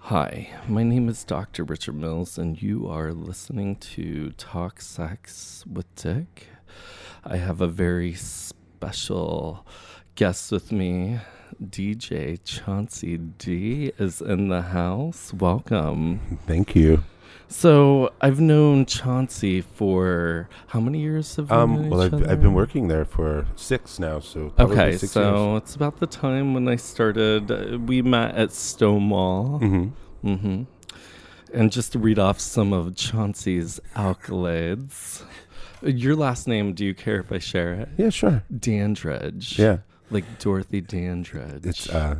Hi, my name is Dr. Richard Mills, and you are listening to Talk Sex with Dick. I have a very special guest with me. DJ Chauncey D is in the house. Welcome. Thank you. So, I've known Chauncey for how many years have we known Um, well, each I've, I've been other? working there for six now, so probably Okay, six so it's about the time when I started. uh, We met at Stonewall. years. hmm Mm-hmm. And just to read off some of Chauncey's accolades. Your last name, do you care if I share it? Yeah, sure. Dandridge. Yeah, Like Dorothy Dandridge. it's uh,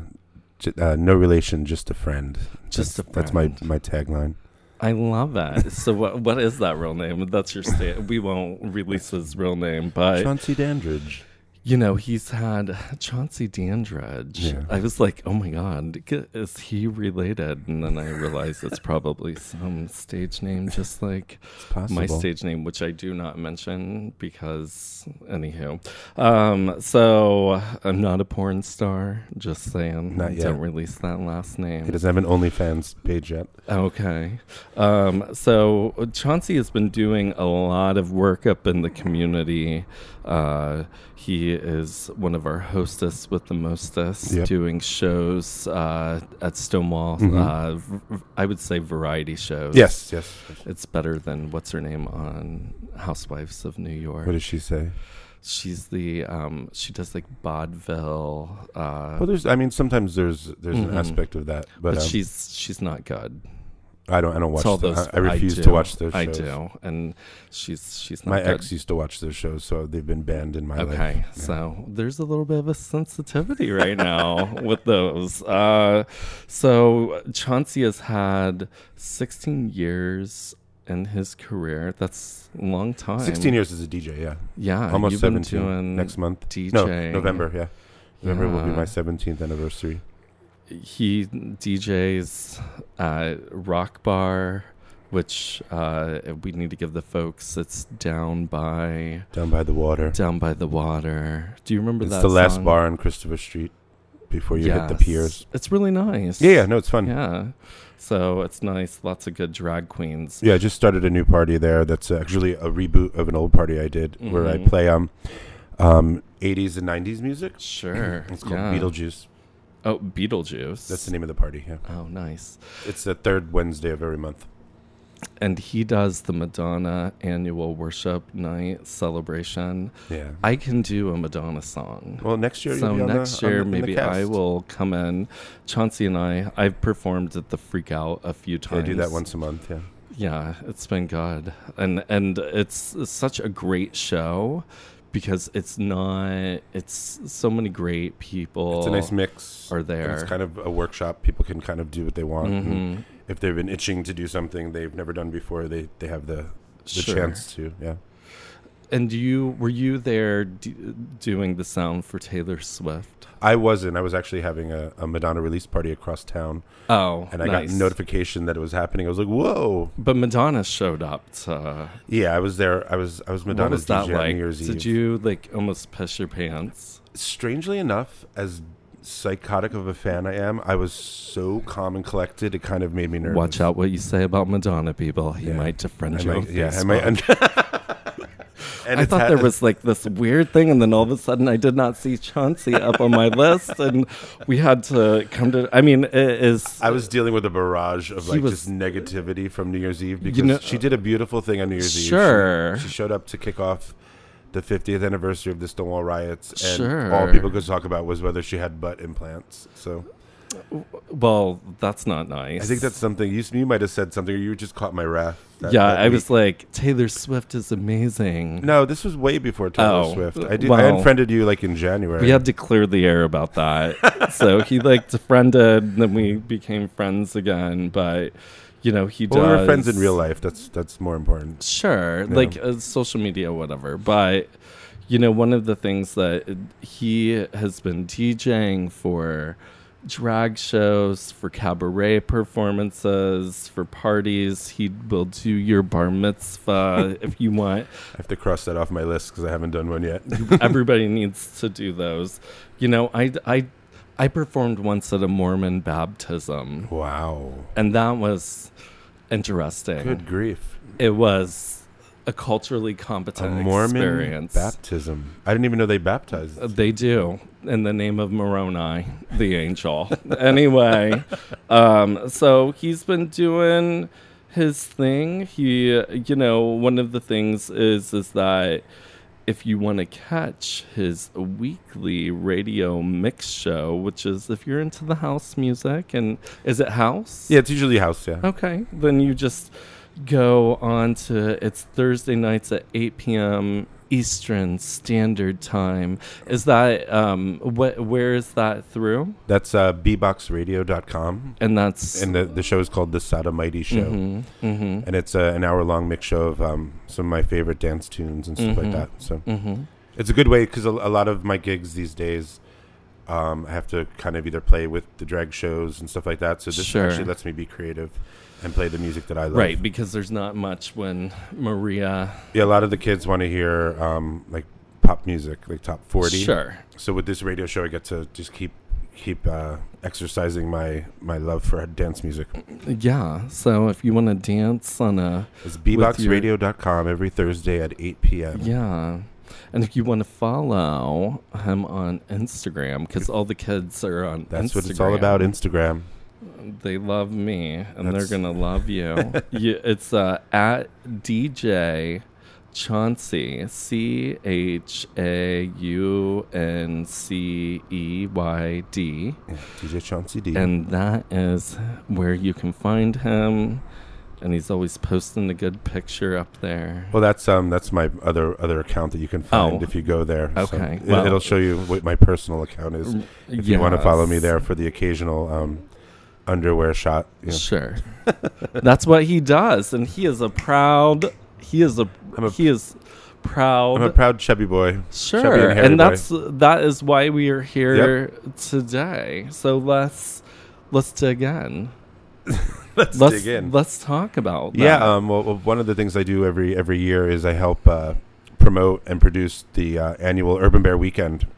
j- uh, no relation, just a friend. Just that's, a That's my friend. my tagline. I love it. so what what is that real name? That's your state. We won't release his real name, but Chauncey Dandridge. you know, he's had Chauncey Dandridge. Yeah. I was like, oh my God, g- is he related? And then I realized it's probably some stage name, just like It's possible. my stage name, which I do not mention because, anywho. Um, so I'm not a porn star. Just saying, Not yet. don't release that last name. He doesn't have an OnlyFans page yet. Okay. Um, so Chauncey has been doing a lot of work up in the community. Uh, he is one of our hostess with the mostest, Yep. doing shows uh, at Stonewall. Mhm. Uh, v- v- I would say variety shows. Yes, yes. yes. It's better than what's her name on Housewives of New York. What does she say? She's the um she does like vaudeville uh Well, there's. I mean, sometimes there's there's Mhm. an aspect of that, but, but um, she's she's not good. I don't I don't watch. It's all the- those- I, I refuse do. to watch those. Shows. I do. And she's she's not My good. ex used to watch those shows, so they've been banned in my life. Okay, so there's a little bit of a sensitivity right now with those. Uh, so Chauncey has had 16 years in his career. That's a long time. 16 years as a DJ, yeah. Yeah, Uh, Almost you've been 17 doing next month. DJ. No, November, yeah. November will be Yeah. my 17th anniversary. he DJs uh, Rock Bar, which uh, we need to give the folks. It's down by Down by the water. down by the water. Do you remember It's that? the last song? bar on Christopher Street before you hit the Yes. piers. It's really nice. Yeah, yeah, no, it's fun. Yeah. yeah. So it's nice. Lots of good drag queens. I just started a new party there that's actually a reboot of an old party I did where I Mhm. play um, um 80s and 90s music. Sure. It's called yeah. Beetlejuice. Oh, Beetlejuice. That's the name of the party, yeah. Oh, nice. It's the third Wednesday of every month. And he does the Madonna annual worship night celebration. Yeah. I can do a Madonna song. Well, next year so you'll be on next the, on year the- in the maybe I cast. will come in. Chauncey and I, I've performed at the Freak Out a few I times. do that once a month, yeah. Yeah, it's been good, and and it's such a great show because it's not. It's so many great people. It's a nice mix. are and It's mm-hmm. there. kind of a workshop. People can kind of do what they want. and Mhm. If they've been itching to do something they've never done before, they, they have the, the Sure. chance to. Yeah. And you were you there d- doing the sound for Taylor Swift? I wasn't. I was actually having a, a Madonna release party across town, Oh, and I nice. got notification that it was happening. I was like, "Whoa!" But Madonna showed up. To, Yeah, I was there. I was I was what Madonna's was that DJ on like? New Year's Did Eve. you like almost piss your pants? Strangely enough, as psychotic of a fan I am, I was so calm and collected. It kind of made me nervous. Watch out what you say about Madonna, people. He Yeah. might defriend I you. might, on yeah, I Facebook. might. And, and I it's thought had- there was like this weird thing, and then all of a sudden, I did not see Chauncey up on my list, and we had to come to. I mean, it is I was dealing with a barrage of He like was- just negativity from New Year's Eve because know- she did a beautiful thing on New Year's Sure. Eve. She- She showed up to kick off the 50th anniversary of the Stonewall riots, and all Sure. people could talk about was whether she had butt implants. So well, that's not nice. I think that's something you, you might have said something, or you just caught my wrath. that- yeah. that I was week. like, Taylor Swift is amazing. No, this was way before Taylor Oh, Swift. I did. I well. unfriended you like in January. We had to clear the air about that. so he like defriended, uh, and then we became friends again. But you know, he well, does. we were friends in real life. That's that's more important. Sure, Yeah. like uh, social media, whatever. But you know, one of the things that he has been DJing for drag shows, for cabaret performances, for parties. He will do your bar mitzvah if you want. I have to cross that off my list because I haven't done one yet. Everybody needs to do those. You know, I I I performed once at a Mormon baptism, Wow. and that was interesting. Good grief. It was a culturally A competent Mormon experience. baptism. I didn't even know they baptized. Uh, They do in the name of Moroni, the angel. anyway, um, so he's been doing his thing. He, you know, one of the things is is that if you want to catch his weekly radio mix show, which is if you're into the house music and is it house? yeah, it's usually house, yeah. Okay, then you just go on to it's Thursday nights at 8 p.m. Eastern Standard Time. Is that um what where is that through? That's uh, bboxradio.com. And that's And the, the show is called The Sodomite Show. Mhm, mhm, And it's uh, an hour long mix show of um, some of my favorite dance tunes and stuff Mhm. like that. So mhm. it's a good way because a, a lot of my gigs these days, um, I have to kind of either play with the drag shows and stuff like that. So this Sure. actually lets me be creative and play the music that I love. Right, because there's not much when Maria Yeah, a lot of the kids want to hear um, like pop music, like top 40. Sure. So with this radio show, I get to just keep keep uh, exercising my my love for dance music. Yeah. So if you want to dance on a It's your- bboxradio.com every Thursday at 8 p.m. Yeah. And if you want to follow him on Instagram, because all the kids are on That's what it's all Instagram. about, Instagram. They love me, and That's- they're gonna love you. you it's uh, at DJ Chauncey C H A U N C E Y D, Yeah, DJ Chauncey D. and that is where you can find him. And he's always posting a good picture up there. well, that's um, that's my other other account that you can find Oh. if you go there. Okay, it, well- will show you what my personal account is. If you want to follow me Yes. there for the occasional um, underwear shot, you know. Sure. That's what he does, and he is a proud. He is a. I'm a- he is proud. I'm a proud chubby boy. Chubby Sure, and, and hairy boy. that's that is why we are here today. So let's let's dig in. Let's, Let's dig in. let's talk about Yeah, that. um, well, well, one of the things I do every every year is I help uh, promote and produce the uh, annual Urban Bear Weekend,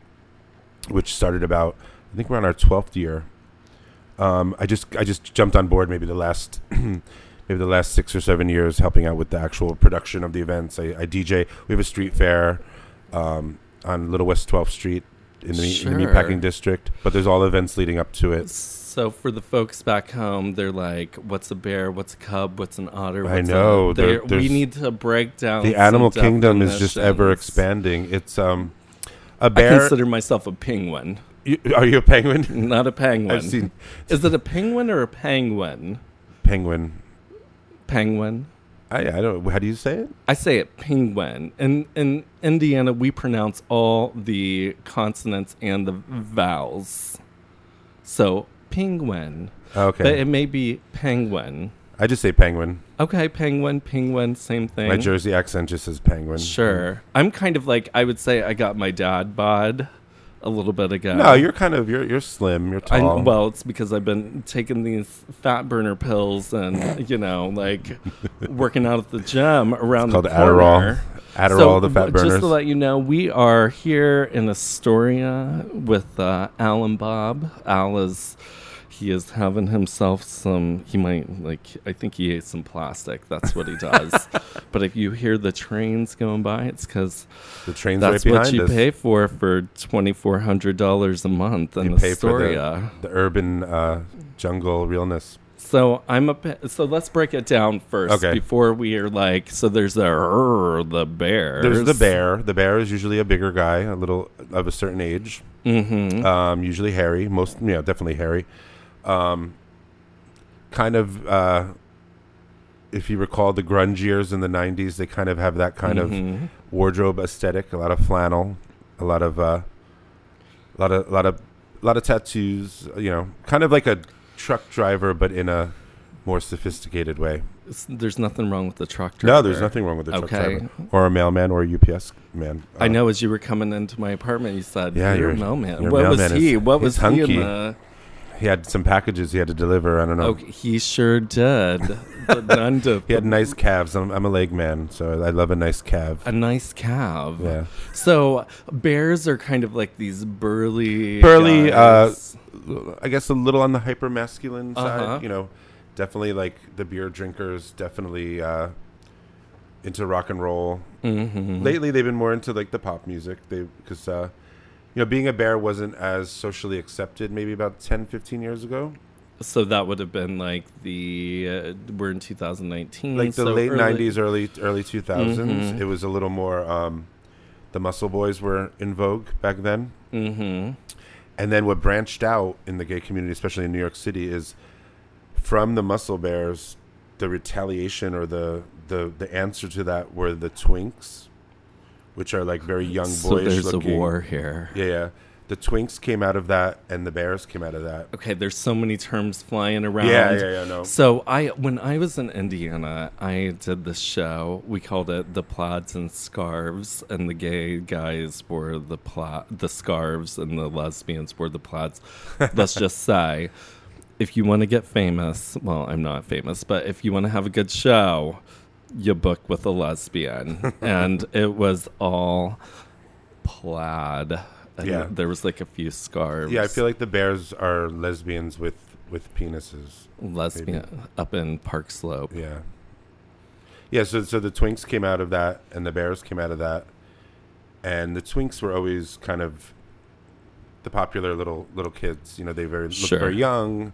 which started about I think we're on our twelfth year. Um, I just I just jumped on board maybe the last maybe the last six or seven years helping out with the actual production of the events. I, I DJ. We have a street fair um, on Little West Twelfth Street in the, meat- in the Sure. meatpacking district, but there's all events leading up to it. So for the folks back home, they're like, "What's a bear? What's a cub? What's an otter?" I What's a-" know, there- They're- we there's- need to break down the some animal kingdom is just ever definitions. expanding. It's um a I bear. consider myself a penguin, You, are you a penguin? not a penguin. I've seen Is it a penguin or a penguin? penguin. Penguin. I, I don't. How do you say it? I say it penguin. In in Indiana, we pronounce all the consonants and the vowels. So penguin, Oh, Okay. but it may be penguin. I just say penguin. Okay, penguin, penguin, same thing. My Jersey accent just says penguin. Sure, I'm kind of like I would say I got my dad bod a little bit ago. No, you're kind of you're you're slim. You're Uh, I, tall. well, it's because I've been taking these fat burner pills and you know, like working out at the gym around called the corner. Adderall. Adderall, So, the fat w- burners. Just to let you know, we are here in Astoria with uh, Al and Bob. Al is he is having himself some. He might like. I think he ate some plastic. That's what he does. but if you hear the trains going by, it's because the train's right that's behind what you us. pay for for twenty four hundred dollars a month in You pay for the- Astoria. The urban uh, jungle realness. So I'm a pe- so let's break it down first Okay. before we are like so there's the "Rrr," the bear There's the bear. The bear is usually a bigger guy, a little of a certain age. hmm um, usually hairy. Most, yeah, definitely hairy. Um, kind of, uh, if you recall the grunge years in the '90s, they kind of have that kind Mm-hmm. of wardrobe aesthetic. A lot of flannel, a lot of, uh, a lot of, lot of, lot of tattoos. You know, kind of like a truck driver, but in a more sophisticated way. there's nothing wrong with the truck driver. No, there's nothing wrong with a truck Okay. driver or a mailman or a UPS man. I Uh, know as you were coming into my apartment you said Yeah, you're a your- mailman. your What was mailman is- he? what he's was he hunky. in the he had some packages he had to deliver. I don't know. Okay, he sure did. but none to He had nice calves. I'm, I'm a leg man, so I love a nice calf. a nice calf. Yeah. So bears are kind of like these burly Burly, uh, guys. I guess a little on the hyper masculine Uh-huh. side. You know, definitely like the beer drinkers. Definitely uh, into rock and roll. Mm-hmm. Lately, they've been more into like the pop music. They because uh, you know being a bear wasn't as socially accepted maybe about 10, 15 years ago. So that would have been like the uh, we're in 2019, Like the Mm, so late early- nineties, early early two Mhm. It was a little more. Um, the Muscle Boys were in vogue back then. Mhm. And then what branched out in the gay community, especially in New York City, is from the Muscle Bears, the retaliation or the the, the answer to that were the Twinks, which are like very young boys. So there's looking. a war here. Yeah, yeah. The Twinks came out of that, and the Bears came out of that. Okay, there's so many terms flying around. Yeah, yeah, yeah. No. So I, when I was in Indiana, I did this show. We called it "The Plaids and Scarves," and the gay guys wore the pla- the scarves, and the lesbians wore the plaids. Let's just say, if you want to get famous, well, I'm not famous, but if you want to have a good show, you book with a lesbian, and it was all plaid. And Yeah. there was like a few scarves. Yeah, I feel like the Bears are lesbians with with penises. lesbian up in Park Slope. Yeah. Yeah, so so the Twinks came out of that and the Bears came out of that. And the Twinks were always kind of the popular little little kids. You know, they very look Sure. very young.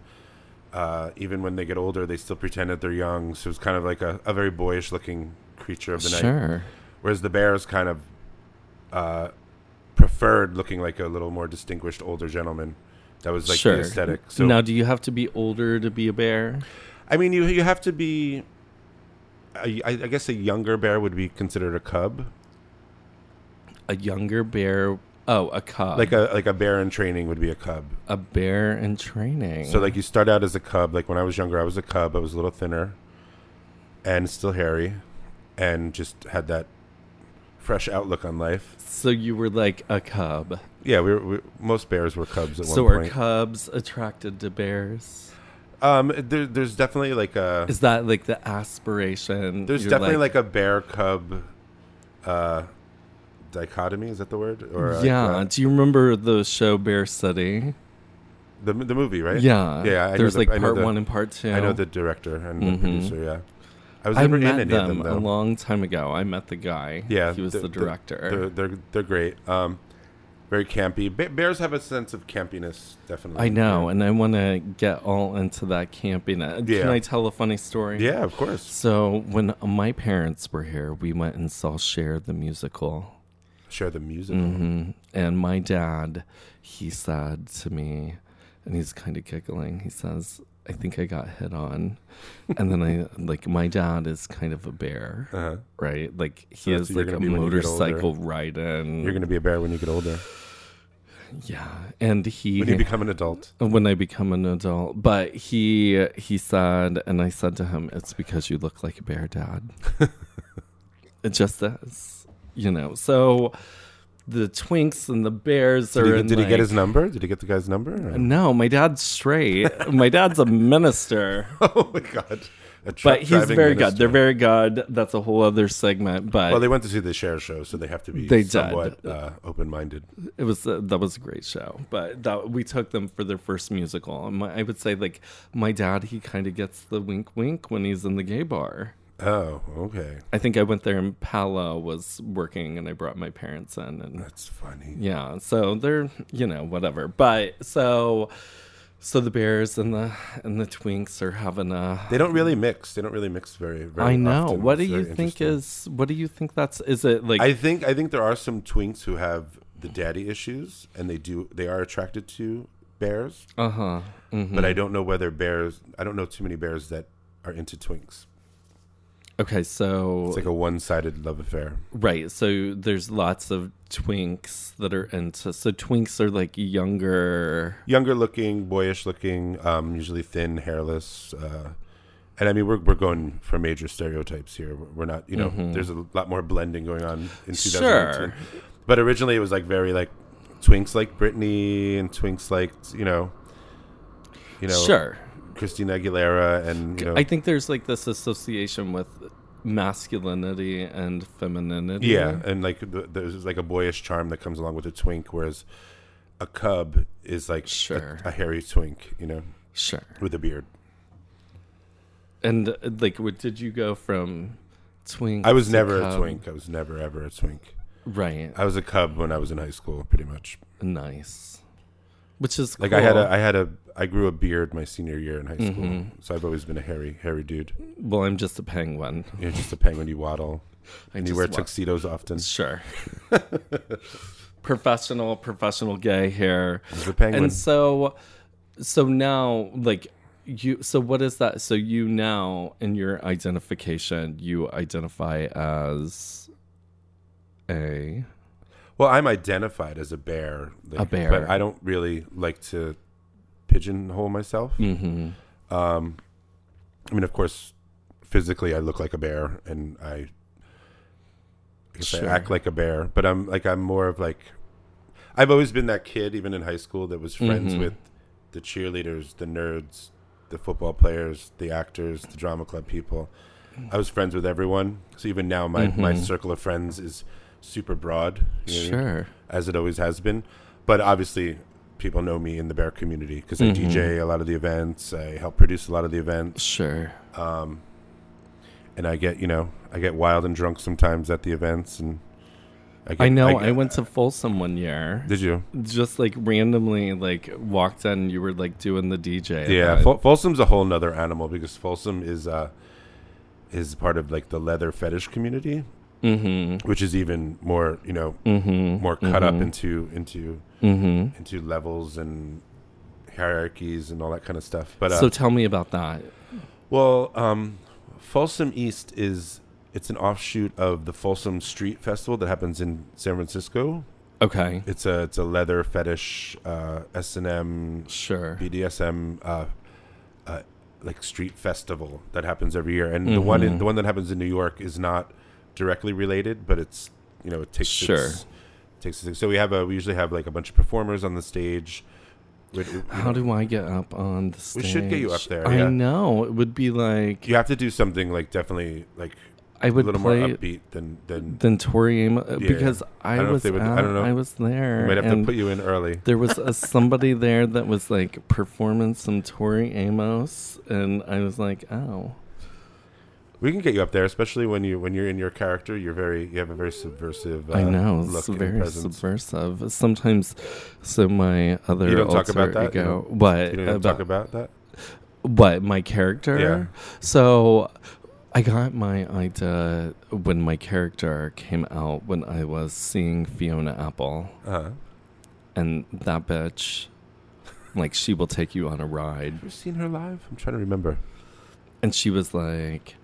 Uh, even when they get older, they still pretend that they're young. So it's kind of like a, a very boyish looking creature of the night. Sure. Whereas the Bears kind of uh, preferred looking like a little more distinguished older gentleman. That was like Sure. the aesthetic. So now, do you have to be older to be a bear? I mean, you you have to be. I, I I guess a younger bear would be considered a cub, A younger bear? Oh, a cub. like a like a bear in training would be a cub. a bear in training. So like you start out as a cub. Like when I was younger, I was a cub. I was a little thinner, and still hairy, and just had that fresh outlook on life. so you were like a cub. Yeah, we were, we, most bears were cubs at So one are point. cubs attracted to bears? um, there, there's definitely like a Is that like the aspiration? there's You're definitely like, a bear cub, uh, dichotomy. Is that the word? Or like, yeah. uh, do you remember the show Bear City? the the movie, right? Yeah. Eh, Yeah, I know There's the- like I know part the- one and part two. I know the director and Mhm. the producer. Yeah, I was Oh. I never in met any them, of them a though. long time ago. I met the guy. Yeah, he was the, they're- they're- director. They're, they're they're great. Um, very campy. Ba- bears have a sense of campiness, definitely. I know, and I want to get all into that campiness. Can Yeah. I tell a funny story? Yeah, of course. So when my parents were here, we went and saw Share the musical. Share the music. hmm And my dad, he said to me, and he's kind of giggling. He says, "I think I got hit on," and then I like my dad is kind of a bear, Uh-huh. right? Like So he that's is what you're like a gonna be when you get older. motorcycle riding. You're gonna be a bear when you get older, yeah, and he when you become an adult. when I become an adult. But he he said, and I said to him, "It's because you look like a bear, Dad." it just is, you know. So the twinks and the bears are. Did, he, in did he like- get his number? Did he get the guy's number? or- No, my dad's straight. my dad's a minister, Oh my god! A truck but he's driving very minister. good. They're very good. That's a whole other segment. But Well, they went to see the share show, so they have to be They did. somewhat uh, open-minded. it was uh, that was a great show but that we took them for their first musical and my, i would say like my dad he kind of gets the wink wink when he's in the gay bar Oh, okay. i think i went there and paolo was working and i brought my parents in and That's funny. yeah so they're you know whatever but so so the bears and the and the twinks are having a They don't really mix. They don't really mix very. very I know. often. What do It's you very think interesting. is? What do you think that's? Is it like? I think I think there are some twinks who have the daddy issues, and they do they are attracted to bears. Uh huh. But Hmm. I don't know whether bears. I don't know too many bears that are into twinks. Okay, so It's like a one-sided love affair. Right. So there's lots of twinks that are into. So twinks are like younger. Younger looking, boyish looking, um, usually thin, hairless. Uh, and I mean, we're, we're going for major stereotypes here. We're we're not, you know, there's a lot more blending going on in 2018. Mm-hmm. Sure. But originally it was like very like twinks like Britney and twinks like, you know, you know, sure. Christina Aguilera and you know, I think there's like this association with masculinity and femininity. yeah, and like the, there's like a boyish charm that comes along with a twink, whereas a cub is like a- Sure. a, hairy twink, you know, Sure. with a beard. And uh, like, what did you go from twink? I was to never a cub? twink. I was never ever a twink. Right. I was a cub when I was in high school, pretty much. nice. Which is Like I had cool. Mm-hmm. a, I had a, I grew a beard my senior year in high school, so I've always been a hairy, hairy dude. Well, I'm just a penguin. You're just a penguin. You waddle. I and you just wear wa- tuxedos often. Sure. professional, professional gay hair. He's a penguin. And so, so now, like, you, so what is that? So you now, in your identification, you identify as a. well, I'm identified as a bear. like, A bear. But I don't really like to pigeonhole myself. Mm-hmm. Um, I mean, of course, physically I look like a bear, and I, I guess Sure. I act like a bear. But I'm like I'm more of like, I've always been that kid, even in high school, that was friends Mhm. with the cheerleaders, the nerds, the football players, the actors, the drama club people. I was friends with everyone, so even now my my Mhm. circle of friends is super broad, you know what I mean? Sure. as it always has been. But obviously, people know me in the bear community because Mhm. I DJ a lot of the events, I help produce a lot of the events Sure. um, and I get you know I get wild and drunk sometimes at the events, and get- I know. I, get- went to Folsom one year. Did you? Just like randomly, like walked in. and You were like doing the DJ. Yeah, event. Fol- Folsom's a whole nother animal because Folsom is uh is part of like the leather fetish community, Mm-hmm. which is even more you know Mm-hmm. more cut up into into Mm-hmm. into levels and hierarchies and all that kind of stuff. But uh, so tell me about that. Well, um, Folsom East is it's an offshoot of the Folsom Street Festival that happens in San Francisco. Okay. It's a it's a leather fetish uh, S and M Sure. BDSM uh, uh, like street festival that happens every year, and the one in, Mhm. the one that happens in New York is not directly related, but it's you know it takes Sure. its, takes its, so we have a we usually have like a bunch of performers on the stage. We- we- How do I get up on the stage? We should get you up there, I yeah. know. It would be like you have to do something like definitely like I a would little more play upbeat than than than Tori Amos Yeah. because I, I don't know if was they would- I out- don't know. I was there. We might have and to put you in early. there was a, somebody there that was like performing some Tori Amos, and I was like, oh, We can get you up there, especially when you when you're in your character. You're very you have a very subversive. Uh, I know look it's and very presence. subversive. Sometimes, so my other You don't talk alter about that? You ego, don't- what You didn't about- talk about that. what my character so i got my idea when my character came out when i was seeing fiona apple Uh-huh. and that bitch like she will take you on a ride Have you seen her live? I'm trying to remember. and she was like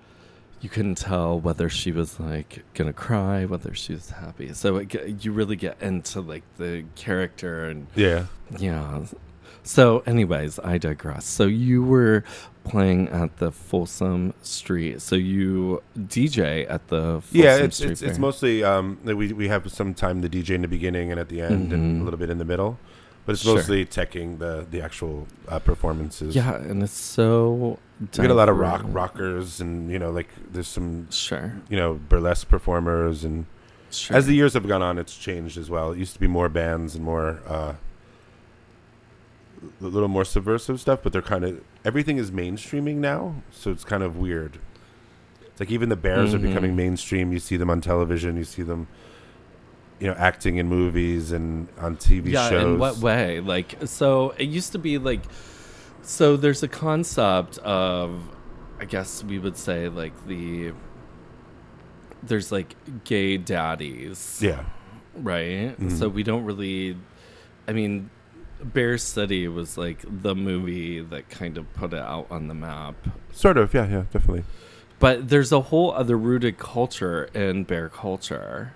you couldn't tell whether she was like gonna cry whether she was happy so it, ge- you really get into like the character and Yeah. Yeah. So, anyways, I digress. So, you were playing at the Folsom Street. So, you DJ at the Folsom yeah, it's Street it's, it's Fair. mostly um that we we have some time the DJ in the beginning and at the end and Mhm. a little bit in the middle, but it's Sure. mostly teching the the actual uh, performances. Yeah, and it's so. We get a lot of rock diverse. rockers and you know like there's some Sure. you know burlesque performers and Sure. As the years have gone on, it's changed as well. It used to be more bands and more, uh, a little more subversive stuff, but they're kind of everything is mainstreaming now, so it's kind of weird. It's like even the Bears Mhm. are becoming mainstream. You see them on television. You see them, you know, acting in movies and on TV yeah, shows. in what way? Like, so it used to be like. So, there's a concept of, I guess we would say, like the. There's like gay daddies. Yeah, Mm-hmm. right? So we don't really. I mean, Bear City was like the movie that kind of put it out on the map. sort of. Yeah, yeah, definitely. But there's a whole other rooted culture in bear culture.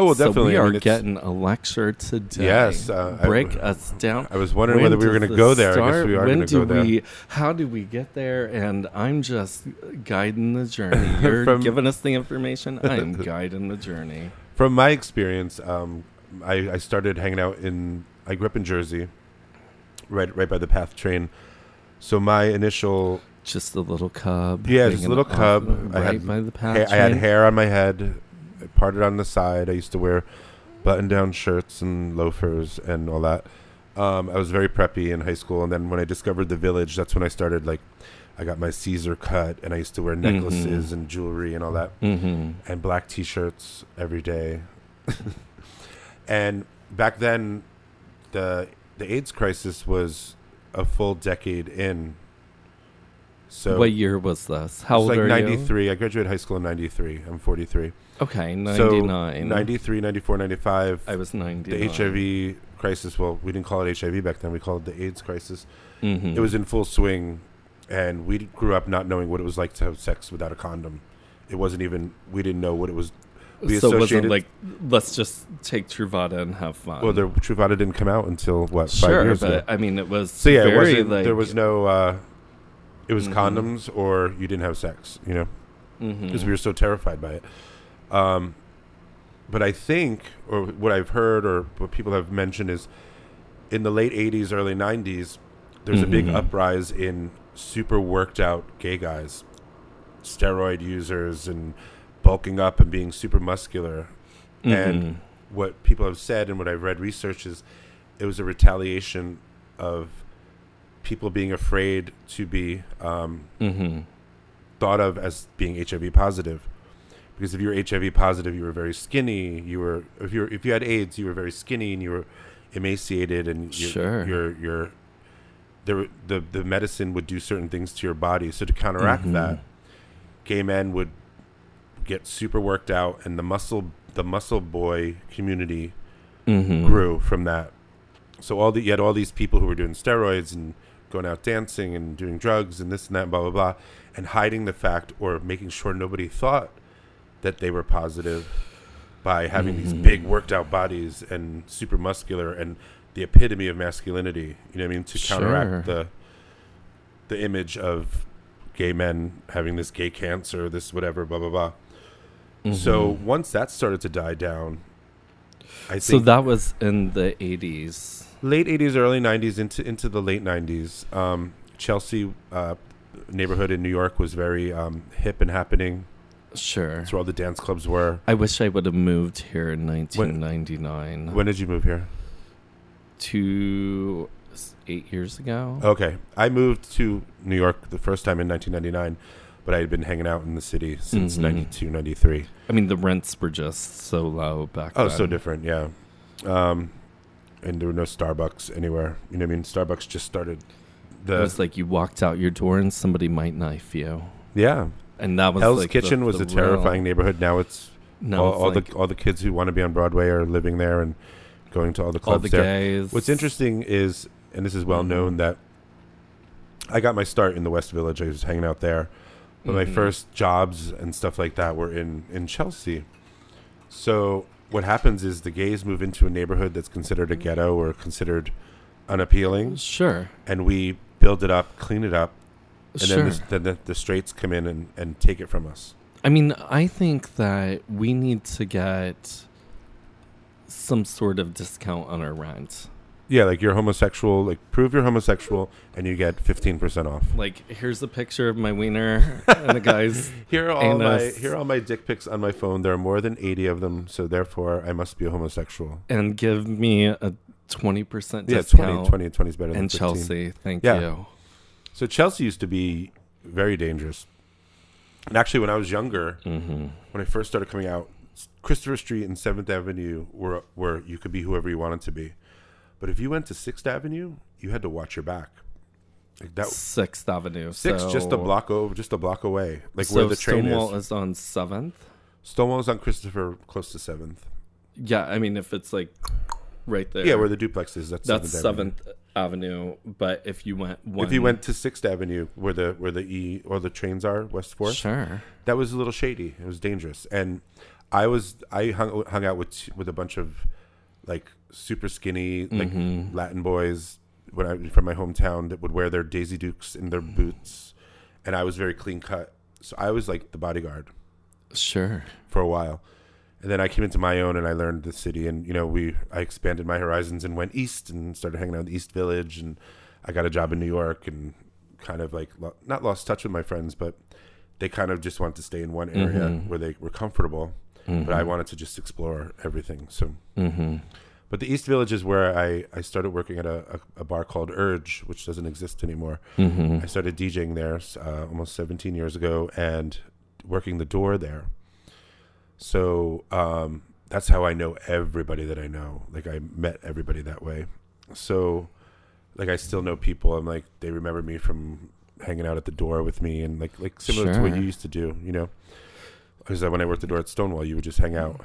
Oh, well, definitely. So we I are mean, it's- getting a lecture today. Yes, uh, I- break us down. I was wondering When whether we were does going to this go there. I guess start? we are when going to go do there. we, How do we get there? And I'm just guiding the journey. You're From- giving us the information. I'm guiding the journey. from my experience, um, I, I started hanging out in. I grew up in Jersey, right right by the PATH train. So my initial, Just a little cub. Yeah, just hanging a little off cub. the- I Right had by the ha- patch. I had right? hair on my head, parted on the side. I used to wear button-down shirts and loafers and all that. Um, I was very preppy in high school, and then when I discovered the village, that's when I started like, I got my Caesar cut, and I used to wear necklaces and jewelry and all that, Mm-hmm. and black T-shirts every day. and back then, the the AIDS crisis was a full decade in. So what year was this? How it's old like are 93. I graduated high school in 93. I'm 43. you? Okay, So, ninety-nine. 93, 94, 95. I was ninety. the HIV crisis, well, we didn't call it HIV back then. We called it the AIDS crisis. Mm-hmm. It was in full swing, and we grew up not knowing what it was like to have sex without a condom. It wasn't even, we didn't know what it was. We so it wasn't associated- like let's just take Truvada and have fun. Well, the Truvada didn't come out until, what, sure, five years but ago? I mean, it was So, yeah, it very, wasn't, like, there was no, uh, it was Mhm. condoms or you didn't have sex, you know? mhm. because we were so terrified by it. Um, but I think, or what I've heard, or what people have mentioned, is in the late '80s, early '90s, there's a big Mhm. uprise in super worked out gay guys, steroid users, and bulking up and being super muscular. Mhm. And what people have said and what I've read research is, it was a retaliation of people being afraid to be um, Mhm. thought of as being HIV positive. Because if you were HIV positive, you were very skinny. You were if you were, if you had AIDS, you were very skinny and you were emaciated and your Sure. your your there were- the the medicine would do certain things to your body. So to counteract Mhm. that, gay men would get super worked out, and the muscle the muscle boy community Mhm. grew from that. So all the you had all these people who were doing steroids and going out dancing and doing drugs and this and that and blah blah blah, and hiding the fact or making sure nobody thought that they were positive by having these Mm-hmm. big worked out bodies and super muscular and the epitome of masculinity. You know what I mean? To counteract Sure. the the image of gay men having this gay cancer, this whatever, blah blah blah. So once that started to die down, I think Mm-hmm. So that was in the 80s. late 80s early 90s into into the late 90s um, chelsea uh, neighborhood in new york was very um, hip and happening Sure. that's where all the dance clubs were I wish I would have moved here in 1999. when did you move here Two, s- eight years ago. okay i moved to new york the first time in 1999 but i had been hanging out in the city since Mhm. 92 93 I mean, the rents were just so low back oh then. so different yeah um, and there were no starbucks anywhere you know what i mean starbucks just started It the was like you walked out your door and somebody might knife you. yeah And that was hell's like the- kitchen was the a terrifying real- neighborhood now it's No, all, it's all like the all the kids who want to be on Broadway are living there and going to all the clubs all the Mm-hmm. there. gays. What's interesting is, and this is well known, that I got my start in the West Village. I was hanging out there, but my Mhm. first jobs and stuff like that were in in Chelsea. So what happens is the gays move into a neighborhood that's considered a Mm-hmm. ghetto or considered unappealing, Sure. and we build it up, clean it up, and sure. then, the, then the, the straights come in and, and take it from us. I mean, I think that we need to get some sort of discount on our rent. Yeah, like you're homosexual, like prove you're homosexual and you get 15% off. Like, here's a picture of my wiener and the guys. Here are all And, uh, my here are all my dick pics on my phone. There are more than 80 of them, so therefore I must be a homosexual. and give me a 20% discount. Yeah, 20 20 20 is better than and 15. Chelsea, thank Yeah. you. So Chelsea used to be very dangerous. And actually when I was younger, Mm-hmm. when I first started coming out, Christopher Street and 7th Avenue were where you could be whoever you wanted to be. But if you went to 6th Avenue, you had to watch your back. Like that Sixth Avenue. Six, so, just a block over, just a block away, like so where the train Stonewall is. is. on Seventh. Stonewall's on Christopher, close to Seventh. Yeah, I mean, if it's like right there, Yeah, where the duplex is. That's that's Seventh. Seventh Avenue. But if you went one, Avenue. If you went to Sixth Avenue, where the where the E or the trains are, West Fourth, sure, that was a little shady. It was dangerous, and I was I hung hung out with with a bunch of like super skinny like Mm-hmm. Latin boys when I from my hometown that would wear their Daisy Dukes and Mm. their boots, and I was very clean cut, so I was like the bodyguard. sure, for a while. And then I came into my own and I learned the city and you know, we I expanded my horizons and went east and started hanging out in the East Village and I got a job in New York and kind of like lo- not lost touch with my friends, but they kind of just wanted to stay in one area where they were comfortable. but I wanted to just explore everything. So, Mm-hmm. but the East Village is where I, I started working at a, a, a bar called Urge, which doesn't exist anymore. Mm-hmm. I started DJing there uh, almost 17 years ago and working the door there. So um, that's how I know everybody that I know. Like I met everybody that way. So like I still know people. I'm like they remember me from hanging out at the door with me and like like similar to what Sure. you used to do. You know, because when I worked the door at Stonewall, you would just hang out.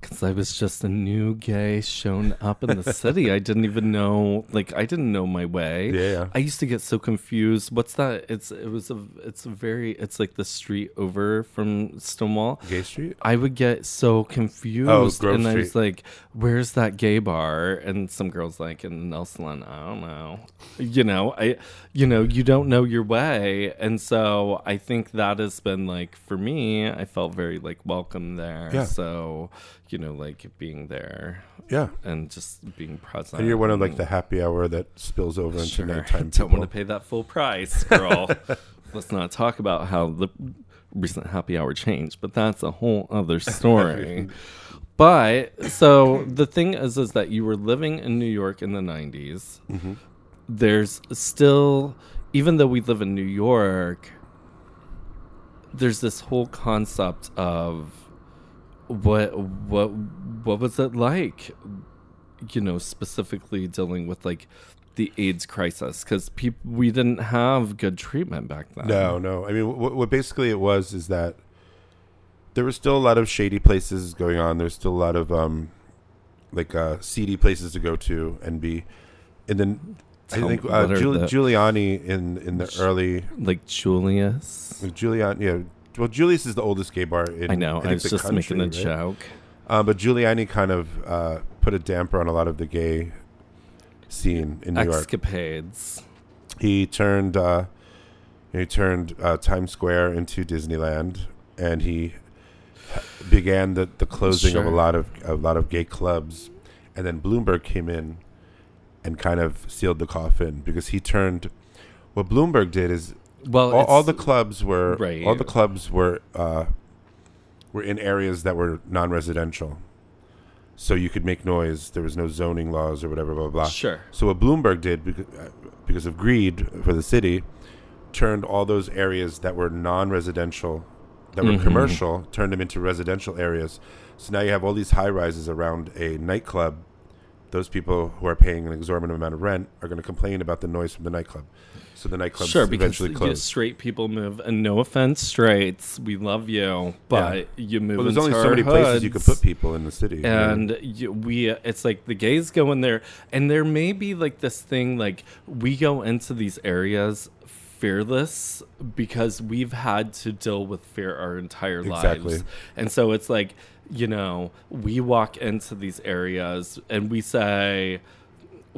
Because I was just a new gay shown up in the city. I didn't even know, like, I didn't know my way. Yeah. I used to get so confused. What's that? It's it was a it's a very it's like the street over from Stonewall. Gay Street. I would get so confused, Oh, Grove and I was Street. like, "Where's that gay bar?" And some girls like in Nelson, I don't know. You know, I, you know, you don't know your way, and so I think that has been like for me. I felt very like welcome there. Yeah. So, you know, like being there Yeah. and just being present. And you're one of like the happy hour that spills over into Sure. nighttime. Don't want to People. pay that full price, girl. Let's not talk about how the recent happy hour changed, but that's a whole other story. but so the thing is, is that you were living in New York in the 90s. Mm-hmm. There's still, even though we live in New York, there's this whole concept of what what what was it like you know specifically dealing with like the AIDS crisis because peop we didn't have good treatment back then. No, no. I mean, what, what basically it was is that there was still a lot of shady places going on. There's still a lot of um, like uh, seedy places to go to and be, and then Tell I think me, uh, what are Giul- the- Giuliani in in the early like Julius. Giuliani. Yeah, well, Julius is the oldest gay bar. In, I know. I, think, was the just making a country, right? joke. Uh, but Giuliani kind of uh, put a damper on a lot of the gay scene in New York. Escapades. he turned uh, he turned uh, Times Square into Disneyland, and he began the, the closing of Sure. a lot of a lot of gay clubs, and then Bloomberg came in and kind of sealed the coffin because he turned what Bloomberg did is Well, all, all the it's- clubs were Right. all the clubs were uh, were in areas that were non-residential, so you could make noise. There was no zoning laws or whatever. Blah blah. blah. sure. So what Bloomberg did because, because of greed for the city, turned all those areas that were non-residential, that were Mhm. commercial, turned them into residential areas. So now you have all these high rises around a nightclub. Those people who are paying an exorbitant amount of rent are going to complain about the noise from the nightclub. So the nightclubs Sure, because eventually you- close. straight people move, and no offense, straights, we love you, but you move. Well, there's into only our so many places you could hoods. put people in the city. you know? and you, we it's like the gays go in there and there may be like this thing like we go into these areas fearless because we've had to deal with fear our entire Exactly. lives and so it's like you know we walk into these areas and we say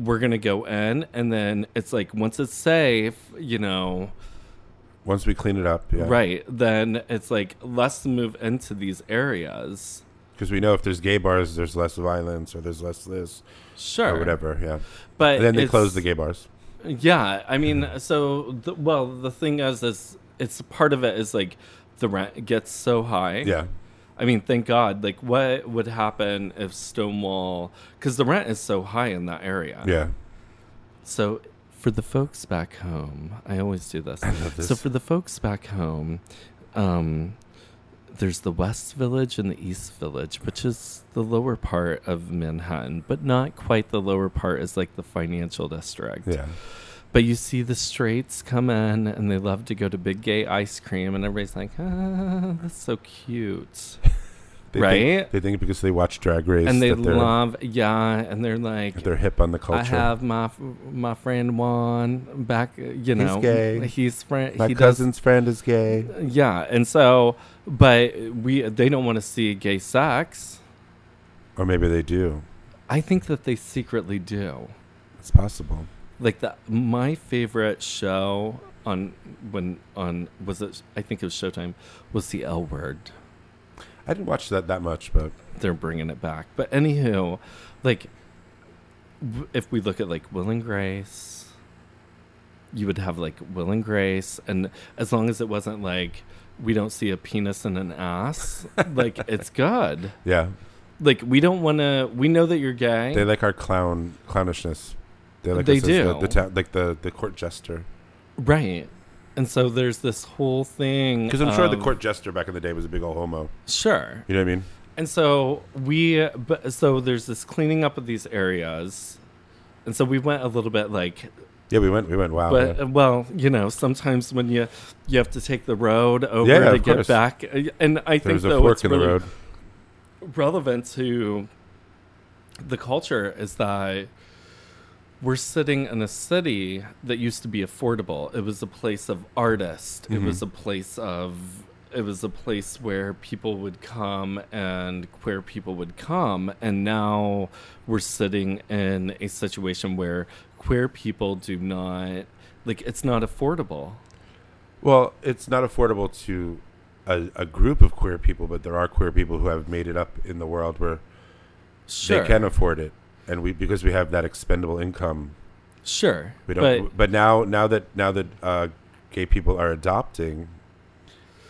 we're gonna go in and then it's like once it's safe you know once we clean it up, yeah. right then it's like let's move into these areas Because we know if there's gay bars, there's less violence, or there's less this, sure or whatever. Yeah. but And then they close it's- the gay bars. Yeah, I mean, so the, well, the thing is, is it's part of it is like the rent gets so high. Yeah. I mean, thank God. Like, what would happen if Stonewall? Because the rent is so high in that area. Yeah. So for the folks back home, I always do this. love So this. for the folks back home, um, there's the West Village and the East Village, which is the lower part of Manhattan, but not quite the lower part is like the financial district. Yeah. But you see the straights come in and they love to go to Big Gay Ice Cream, and everybody's like, ah, that's so cute. They think- Right? they think because they watch Drag Race and they that they're, love, yeah, and they're like, that they're hip on the culture. I have my f- my friend Juan back, uh, you know, gay. he's friend, My he cousin's friend is gay. does, yeah, and so, but we, they don't want to see gay sex. Or maybe they do. I think that they secretly do. It's possible. like the my favorite show on when on was it I think it was Showtime was the L Word. I didn't watch that that much, but They're bringing it back, but anywho, like w- if we look at like Will and Grace, you would have like Will and Grace, and as long as it wasn't like we don't see a penis and an ass, like it's good. Yeah, Like we don't want to. We know that you're gay. they like our clown clownishness. They like They us as the, do. the ta- like the the court jester. Right. And so there's this whole thing. Because I'm sure the of- court jester back in the day was a big old homo. Sure. You know what I mean? And so we, but so there's this cleaning up of these areas. And so we went a little bit like, Yeah, we went. We went. Wow. but Oh, yeah. well, you know, sometimes when you you have to take the road over Yeah, to of get course. back, uh, and I there think was a though fork it's in really the road. relevant to the culture is that we're sitting in a city that used to be affordable. It was a place of artists. It was a Mm-hmm. place of it was a place where people would come and queer people would come and now we're sitting in a situation where queer people do not like it's not affordable. Well, it's not affordable to a, a group of queer people, but there are queer people who have made it up in the world where Sure. they can afford it, and we because we have that expendable income. Sure. We don't. but But, now, now that now that uh, gay people are adopting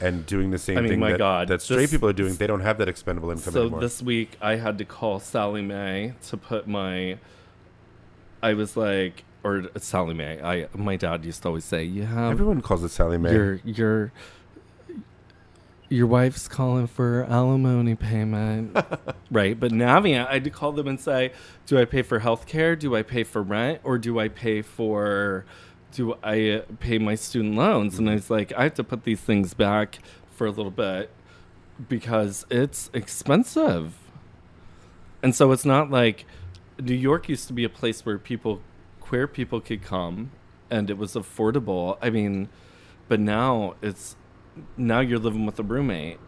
and doing the same I mean, thing my that, God, that straight this- people are doing, they don't have that expendable income so anymore. this week I had to call Sally Mae to put my. I was like, or Sally Mae. I my dad used to always say, "You have Everyone calls it Sally Mae. um, your your your wife's calling for alimony payment, right?" But Navient, I had to call them and say, "Do I pay for health care? Do I pay for rent? Or do I pay for?" Do I pay my student loans? And I was like, I have to put these things back for a little bit because it's expensive. And so it's not like New York used to be a place where people, queer people, could come and it was affordable. I mean, but now it's, now you're living with a roommate.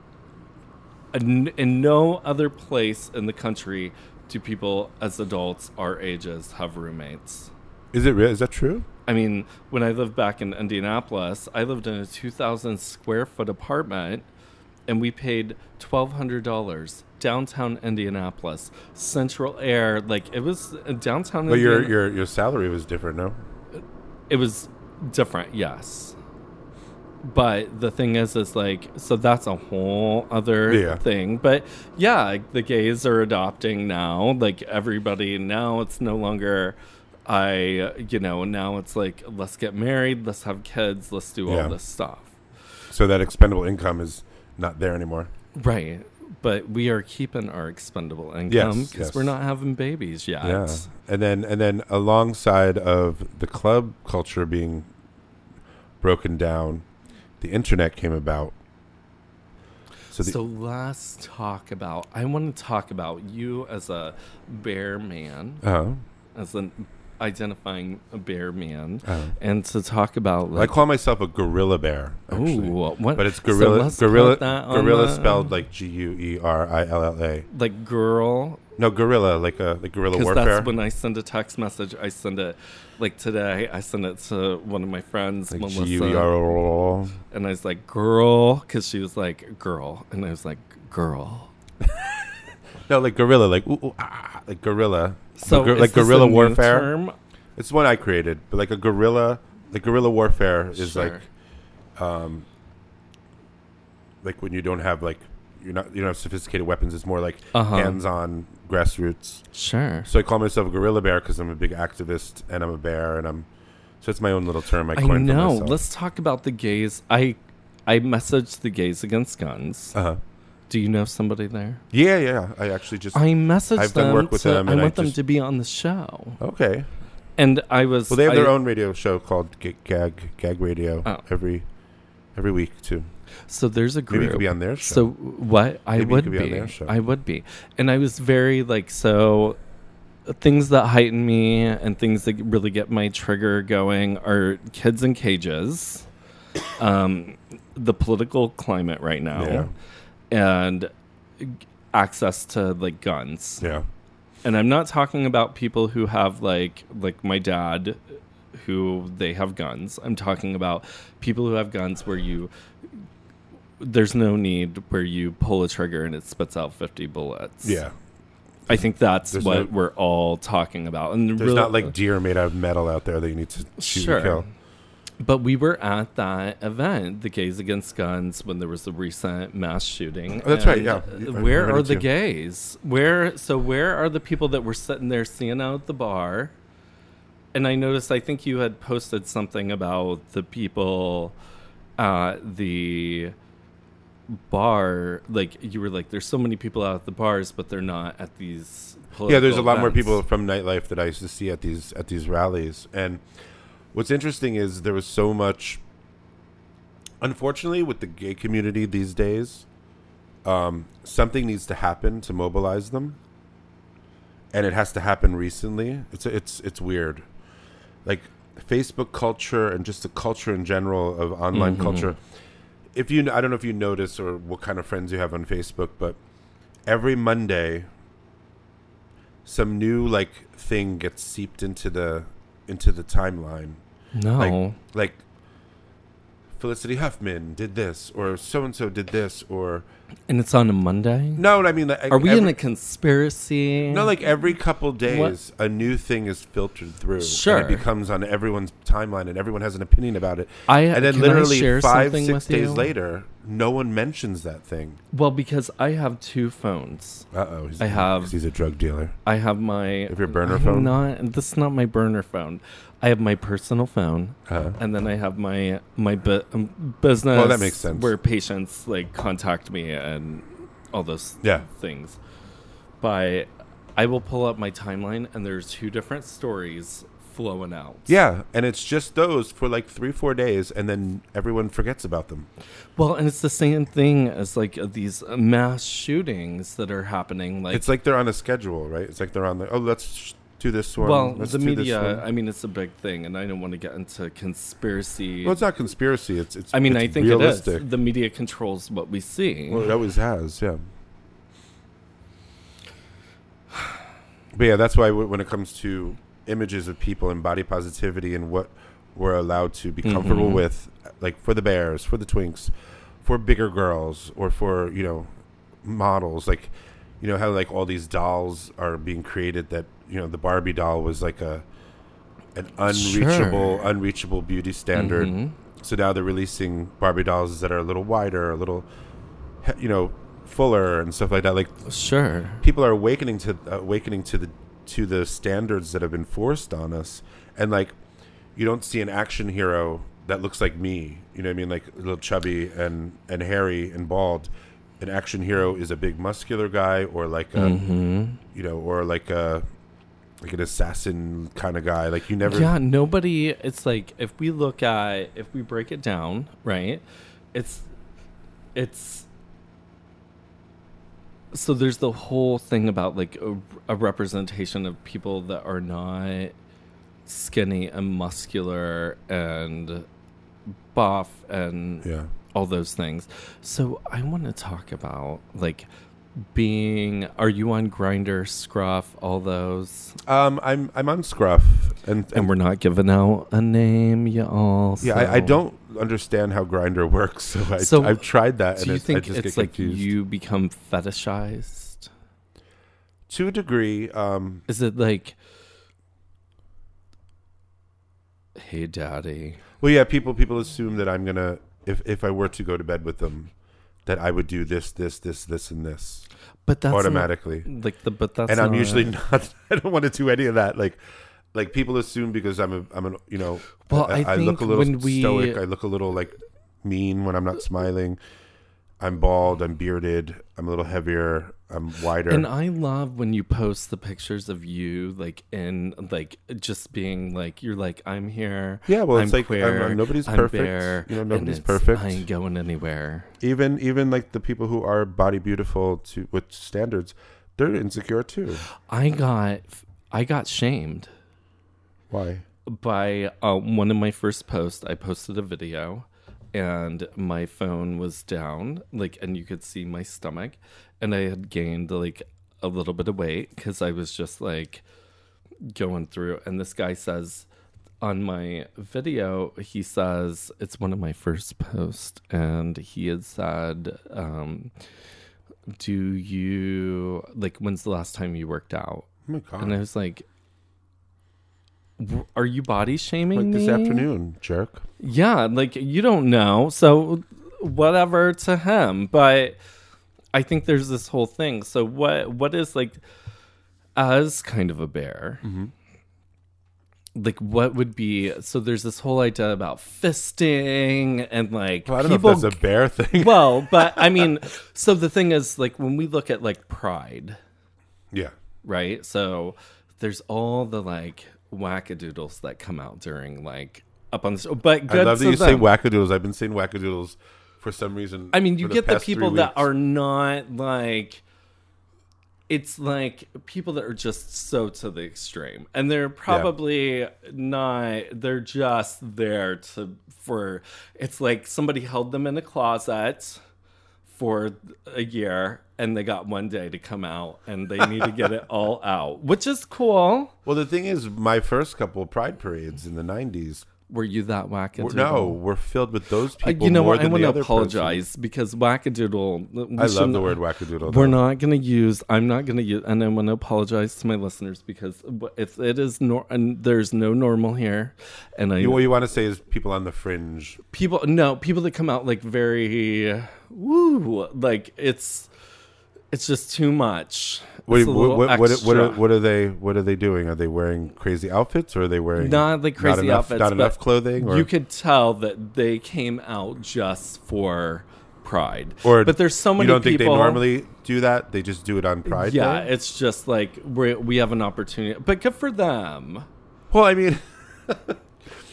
And in no other place in the country do people as adults our ages have roommates. Is it real? Is that true? I mean, when I lived back in Indianapolis, I lived in a 2,000 square foot apartment and we paid $1,200 downtown Indianapolis, central air. Like it was uh, downtown. But your Indiana- your your salary was different, no? it was different, yes. But the thing is, is like, so that's a whole other Yeah. thing. But yeah, like, the gays are adopting now. Like everybody now, it's no longer, I, you know, now it's like, let's get married, let's have kids, let's do Yeah. all this stuff. So that expendable income is not there anymore. Right. But we are keeping our expendable income Yes, because we're yes. not having babies yet. Yeah. And then and then alongside of the club culture being broken down, the internet came about. So the So let's talk about. I want to talk about you as a bear man, uh, as an identifying a bear man, Uh-huh. and to talk about I like, call myself a gorilla bear, actually. ooh, what? But it's so gorilla let's put gorilla that on gorilla the- um, spelled like G U E R I L L A. like girl, No, gorilla like a like guerrilla because warfare. that's when I send a text message. I send it like today. I send it to one of my friends, like Melissa, G U E R and I was like, "Girl," because she was like, "Girl," and I was like, "Girl." No, like gorilla, like ooh, ooh ah, like gorilla. So Gor- is like this a guerrilla new warfare. term? It's one I created, but like a gorilla, like guerrilla warfare is Sure. like like when you don't have like you're not you don't have sophisticated weapons. It's more like Uh-huh. hands-on grassroots. sure. So I call myself a gorilla bear because I'm a big activist and I'm a bear and I'm so it's my own little term I I coined for know. myself. Let's talk about the gays. I I messaged the gays against guns. uh-huh. Do you know somebody there? Yeah, yeah. I actually just I messaged I've done them. work with to- them, I and I want them just- to be on the show. okay. And I was. Well, they have their I- own radio show called G- Gag Gag Radio Oh. every every week too. So there's a Maybe group. you could be on their show. So what I Maybe you would could be, be on their show. I would be, and I was very like so. Things that heighten me and things that really get my trigger going are kids in cages, um, the political climate right now, and access to like guns yeah. and I'm not talking about people who have like like my dad who they have guns. I'm talking about people who have guns where you there's no need where you pull a trigger and it spits out 50 bullets. Yeah. I think that's There's what no- we're all talking about. And There's real- uh, not like deer made out of metal out there that you need to shoot Sure. and kill. But we were at that event, the Gays Against Guns, when there was the recent mass shooting. Oh, that's right, yeah. uh, I- I Where heard are it the too. gays? Where so where are the people that were sitting there seeing out the bar? And I noticed I think you had posted something about the people uh the bar like you were like there's so many people out at the bars but they're not at these yeah, there's a lot more political people events. from nightlife that I used to see at these at these rallies. And what's interesting is there was so much. Unfortunately, with the gay community these days, um, something needs to happen to mobilize them, and it has to happen recently. It's it's it's weird, like Facebook culture and just the culture in general of online Mm-hmm. culture. If you, I don't know if you notice or what kind of friends you have on Facebook, but every Monday some new like thing gets seeped into the into the timeline No. like felicity huffman did this or so and so did this or and it's on a Monday? no i mean like, Are we in every, a conspiracy? no like every couple days a new thing is filtered through Sure. and it becomes on everyone's timeline and everyone has an opinion about it I and then can I literally share five something six with days you? later no one mentions that thing Well, because I have two phones. uh-oh he's, I have- 'cause he's a drug dealer I have my. have your burner I'm phone? Not this is not my burner phone. I have my personal phone, Uh-huh. and then I have my my bu- um, business. Well, that makes sense. Where patients like contact me and all those Yeah. things. But I will pull up my timeline, and there's two different stories flowing out. yeah and it's just those for like three four days and then everyone forgets about them Well, and it's the same thing as like uh, these uh, mass shootings that are happening. Like, it's like they're on a schedule, right? It's like they're on the oh, let's sh- do this one. well, let's the do this one. media. I mean, it's a big thing, and I don't want to get into conspiracy. well, it's not conspiracy. It's it's. I mean, it's I think realistic. it is. The media controls what we see. Well, it always has, yeah. But yeah, that's why w- when it comes to images of people and body positivity and what we're allowed to be comfortable Mhm. with, like for the bears, for the twinks, for bigger girls, or for you know models, like you know how like all these dolls are being created that you know the Barbie doll was like a an unreachable, unreachable beauty standard. Mhm. So now they're releasing Barbie dolls that are a little wider, a little, he- you know, fuller and stuff like that. Like Sure. people are awakening to uh, awakening to the to the standards that have been forced on us, and like you don't see an action hero that looks like me. You know what I mean? Like a little chubby and and hairy and bald. An action hero is a big muscular guy, or like a Mm-hmm. you know, or like a like an assassin kind of guy. Like you never. Yeah, nobody. It's like if we look at if we break it down, right? It's it's so there's the whole thing about like a, a representation of people that are not skinny and muscular and buff and Yeah. all those things. So I want to talk about like being are you on grinder scruff all those Um, I'm I'm on Scruff, and, and and we're not giving out a name, y'all. Yeah, I, I so- don't understand how Grinder works, so, I, So, I've tried that, and Do you it- I think just it's get like confused. you become fetishized? to a degree. Um, Is it like, hey, daddy? well, yeah, people people assume that I'm gonna if if I were to go to bed with them, that I would do this, this, this, this, and this But that's not- automatically, like the but that's and I'm not- usually not. I don't want to do any of that. Like, like people assume because I'm a I'm an you know Well, I, I look think a little when we- stoic. I look a little like mean when I'm not smiling. I'm bald. I'm bearded. I'm a little heavier. I'm wider. And I love when you post the pictures of you, like in like just being like you're like I'm here. Yeah, well, I'm it's like, I'm- queer, I'm- nobody's I'm perfect. bare, You know, and nobody's it's- perfect. I ain't going anywhere. even even like the people who are body beautiful to with standards they're insecure too I got I got shamed. why Oh by uh, one of my first posts, I posted a video and my phone was down, like, and you could see my stomach. And I had gained like a little bit of weight because I was just like going through. And this guy says on my video, he says, it's one of my first posts. And he had said, um, do you like when's the last time you worked out? oh my god And I was like, w- are you body shaming Like this me? afternoon, jerk. Yeah, like you don't know. So whatever to him, but I think there's this whole thing. So what what is like as kind of a bear? Mm-hmm. Like what would be so there's this whole idea about fisting and like Well, I don't people know if that's a bear thing. well, but I mean, so the thing is like when we look at like pride, yeah. right? So there's all the like wackadoodles that come out during like up on the show. But good I love that to you say them. wackadoodles. I've been saying wackadoodles for some reason. I mean, you for get the past people three that weeks. are not like. It's like people that are just so to the extreme, and they're probably not. They're just there to for. It's like somebody held them in a closet for a year, and they got one day to come out, and they need to get it all out, which is cool. Well, the thing is, my first couple of pride parades in the '90s. Were you that wackadoodle? Were, no, were filled with those Uh, people. you know more what? I than want the to other person. apologize because wackadoodle. we I love shouldn't- the word wackadoodle. We're though. not going to use. I'm not going to use, and I'm going to apologize to my listeners because wh- if it is nor, and there's no normal here, and I You- What you want to say is people on the fringe. people no people that come out like very woo like it's it's just too much. What, It's a what, little what, what, what, are, extra. what are they? What are they doing? Are they wearing crazy outfits, or are they wearing Not like crazy enough, outfits, Not but enough clothing. Or, you could tell that they came out just for pride. or but there's so many You don't think people they normally do that? They just do it on Pride. yeah, Day? it's just like we we have an opportunity, but good for them. Well, I mean.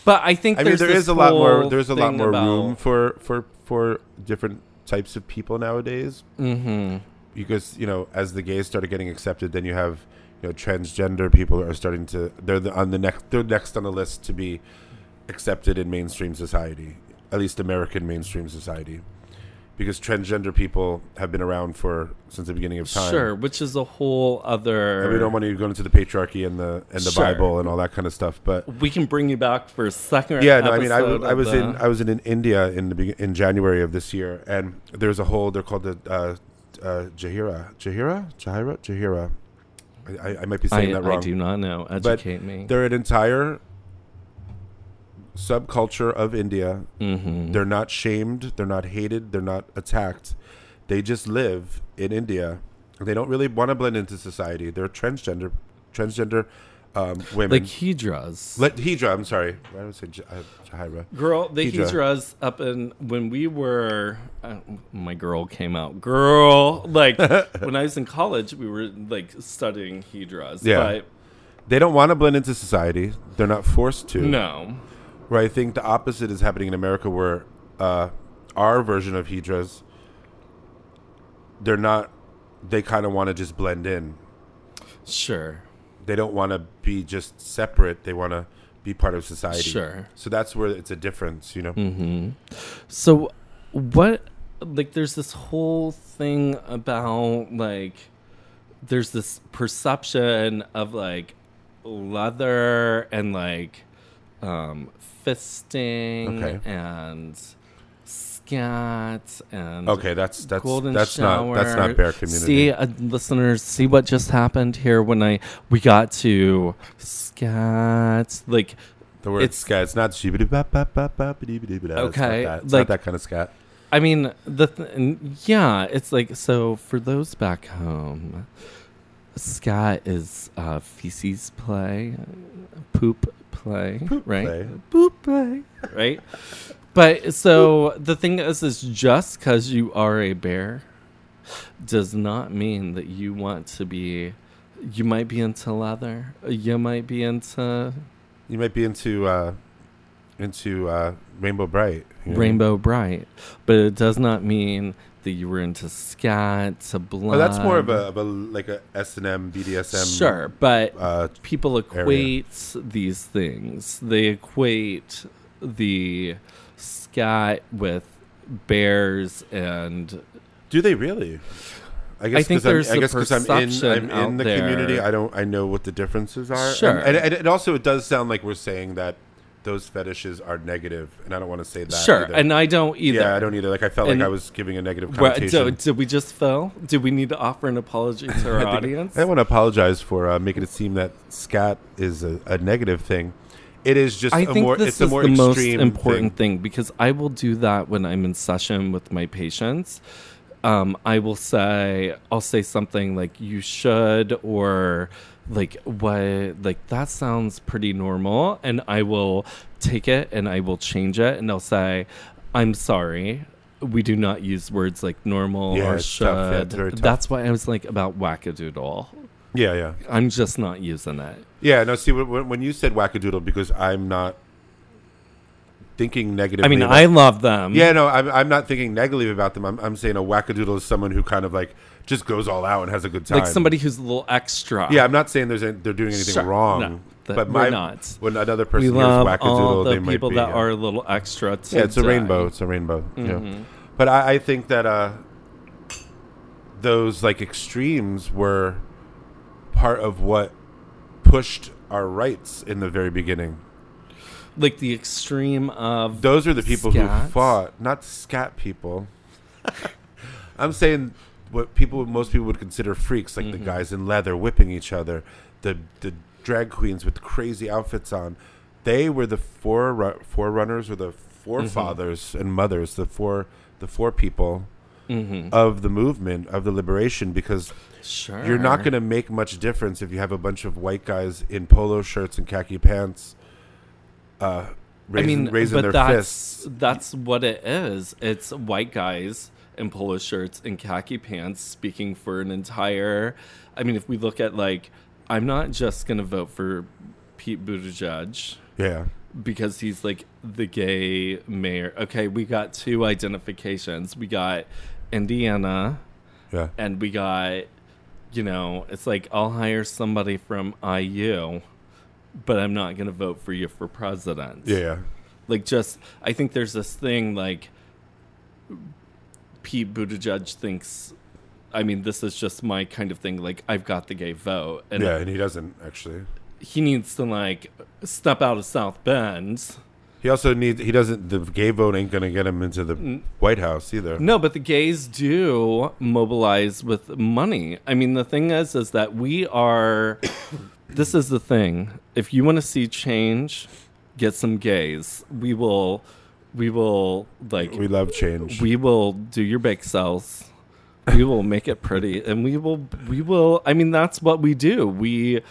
But I think I mean, there's there this is a lot more. whole There's a lot thing more about- room for for for different types of people nowadays. Mm-hmm. Because you know, as the gays started getting accepted, then you have you know transgender people are starting to they're the, on the next they're next on the list to be accepted in mainstream society, at least American mainstream society. Because transgender people have been around for since the beginning of time. Sure, which is a whole other. And we don't want to go into the patriarchy and the and the Sure. Bible and all that kind of stuff, but We can bring you back for a second. yeah, no, I mean, I, episode w- I of was the- in I was in, in India in the be- in January of this year, and there's a whole they're called the uh, uh, Jahira, Jahira, Jahira, Jahira. I, I, I might be saying I, that wrong. I do not know. But Educate me. They're an entire subculture of India. Mm-hmm. They're not shamed. They're not hated. They're not attacked. They just live in India. They don't really want to blend into society. They're transgender, transgender um, Like women. Hedras. Let Hydra. I'm sorry. I would say Jah- Jahira. Girl, the Hijra. Hijras up in when we were, uh, my girl came out. Girl, like when I was in college, we were like studying Hijras. Yeah. But They don't want to blend into society. They're not forced to. no. Where I think the opposite is happening in America, where uh, our version of Hydras, they're not. They kind of want to just blend in. Sure. They don't want to be just separate. They want to be part of society. Sure. So that's where it's a difference, you know. So, what, like, there's this whole thing about, like, there's this perception of, like, leather and, like, um, fisting Okay. and scat and. Okay, that's that's Golden that's shower. not that's not bear community. See, uh, listeners, see what just happened here when I we got to scat. Like, the word it's- scat. It's not shibbity bop bop bop bop bitty bitty bitty. It's not Okay, that. It's like- not that kind of scat. I mean, the th- n- yeah, it's like so for those back home, scat is uh, feces play, poop play, right? play. Poop play, right? But so the thing is, is just because you are a bear does not mean that you want to be. You might be into leather. You might be into You might be into uh, into uh, Rainbow Bright. you know? rainbow bright, but it does not mean that you were into scat to blood. Oh, that's more of a, of a like a S and M BDSM. sure, but Uh, people area. equate these things. They equate the scat with bears and do they really? I guess think 'cause I'm- there's I a guess because I'm in, perception I'm in out the community. there. I don't. I know what the differences are. Sure. and, and, and it also it does sound like we're saying that those fetishes are negative, and I don't want to say that. sure, either. and I don't either. yeah, I don't either. Like I felt And- like I was giving a negative Well, connotation. so did we just fail? Did we need to offer an apology to our I think- audience? I want to apologize for uh, making it seem that scat is a, a negative thing. It is just I a think more. this it's a is more the most extreme important thing. thing. because I will do that when I'm in session with my patients. Um, I will say, I'll say something like "you should" or like "what," like that sounds pretty normal, and I will take it and I will change it, and I'll say, "I'm sorry." We do not use words like normal Yeah, or it's tough. Yeah, should. it's very tough. That's why I was like about wackadoodle. Yeah, yeah, I'm just not using it. yeah. No, see, when, when you said wackadoodle, because I'm not thinking negatively. I mean, about- I love them. Yeah, no, I'm, I'm not thinking negatively about them. I'm, I'm saying a wackadoodle is someone who kind of like just goes all out and has a good time. Like somebody who's a little extra. Yeah, I'm not saying there's any, they're doing anything Sure. wrong. No, that- but we're my not. when another We person hears love all wackadoodle, the they might people be uh, that yeah. are a little extra. Today. Yeah, it's a rainbow. It's a rainbow. Yeah. But I, I think that uh, those like extremes were part of what pushed our rights in the very beginning. Like the extreme of Those are the people who Scats? fought, not scat people. I'm saying what people, most people would consider freaks, like Mm-hmm. the guys in leather whipping each other, the the drag queens with crazy outfits on. They were the fore forerunners or the forefathers Mm-hmm. and mothers, the four the four people Mm-hmm. of the movement of the liberation because sure. you're not going to make much difference if you have a bunch of white guys in polo shirts and khaki pants, uh, raising, I mean, raising but their that's fists. that's what it is. It's white guys in polo shirts and khaki pants speaking for an entire. I mean, if we look at like, I'm not just gonna vote for Pete Buttigieg. Yeah, because he's like the gay mayor. Okay, we got two identifications. We got Indiana yeah. and we got you know, it's like I'll hire somebody from IU, but I'm not going to vote for you for president. Yeah, yeah. Like just I think there's this thing like Pete Buttigieg thinks I mean, this is just my kind of thing. Like, I've got the gay vote, and yeah, and he doesn't actually. he needs to like step out of South Bend He also needs. He doesn't. The gay vote ain't gonna get him into the White House either. No, but the gays do mobilize with money. I mean, the thing is, is that we are. this is the thing. If you want to see change, get some gays. We will, we will like, We love change. we will do your bake sales. We will make it pretty, and we will, we will. I mean, that's what we do. We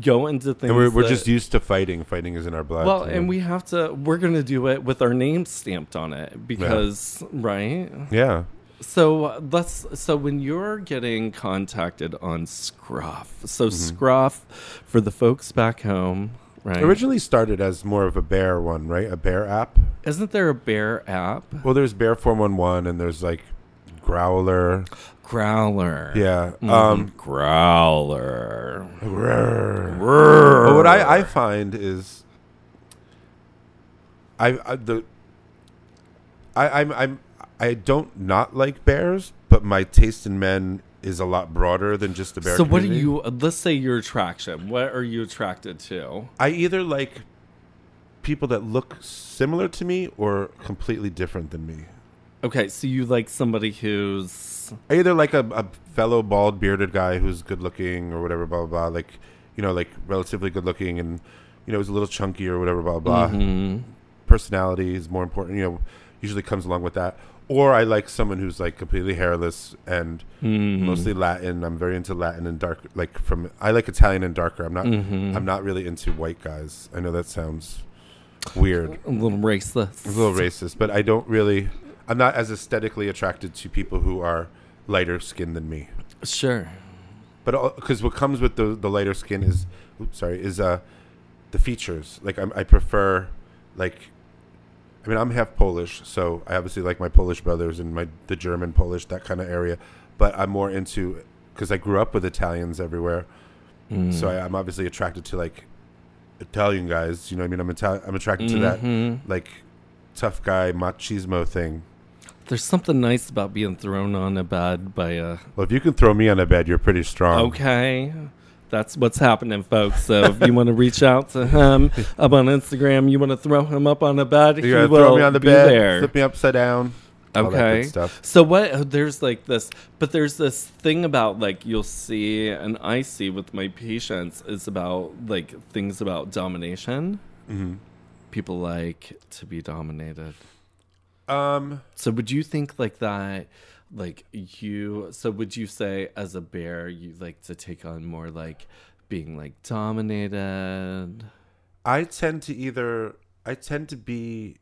go into things. and we're, we're that- just used to fighting. Fighting is in our blood. well, you know? and we have to. We're gonna do it with our names stamped on it because, right? Yeah. So uh, let's. So when you're getting contacted on Scruff, so Mm-hmm. Scruff, for the folks back home, right? Originally started as more of a bear one, right? A bear app. Isn't there a bear app? Well, there's Bear Four One One, and there's like Growler. Growler. Yeah. Mm-hmm. Um, Growler. Grrr. Brrr. But what I, I find is, I, I the, I I'm I'm I don't not like bears, but my taste in men is a lot broader than just the bear. So what are community. you? uh, Let's say your attraction. What are you attracted to? I either like people that look similar to me or completely different than me. Okay, so you like somebody who's I either like a, a fellow bald bearded guy who's good looking or whatever, blah, blah blah, like you know, like relatively good looking and you know is a little chunky or whatever, blah blah. Mm-hmm. Personality is more important, you know, usually comes along with that. Or I like someone who's like completely hairless and Mm. mm-hmm, mostly Latin. I'm very into Latin and dark, like from I like Italian and darker. I'm not, Mm-hmm. I'm not really into white guys. I know that sounds weird. a little raceless. It's a little racist, but I don't really. I'm not as aesthetically attracted to people who are lighter skinned than me. Sure. But because what comes with the the lighter skin is, oops, sorry, is uh, the features. Like I'm, I prefer, like, I mean, I'm half Polish, so I obviously like my Polish brothers and my the German Polish that kind of area. But I'm more into because I grew up with Italians everywhere, so Mm. I, I'm obviously attracted to like Italian guys. You know, what I mean, I'm Italian. I'm attracted Mm-hmm. to that like tough guy machismo thing. There's something nice about being thrown on a bed by a Um, Well, if you can throw me on a bed, you're pretty strong. Okay. that's what's happening, folks. So if you want to reach out to him up on Instagram, you want to throw him up on a bed, he will You're gonna throw me on the be bed, there. flip me upside down. all that good Okay. stuff. So what? oh, There's like this, but there's this thing about like you'll see, and I see with my patients is about like things about domination. Mm-hmm. People like to be dominated. Um, So would you think like that? Like you? So would you say as a bear you like to take on more like being like dominated? I tend to either I tend to be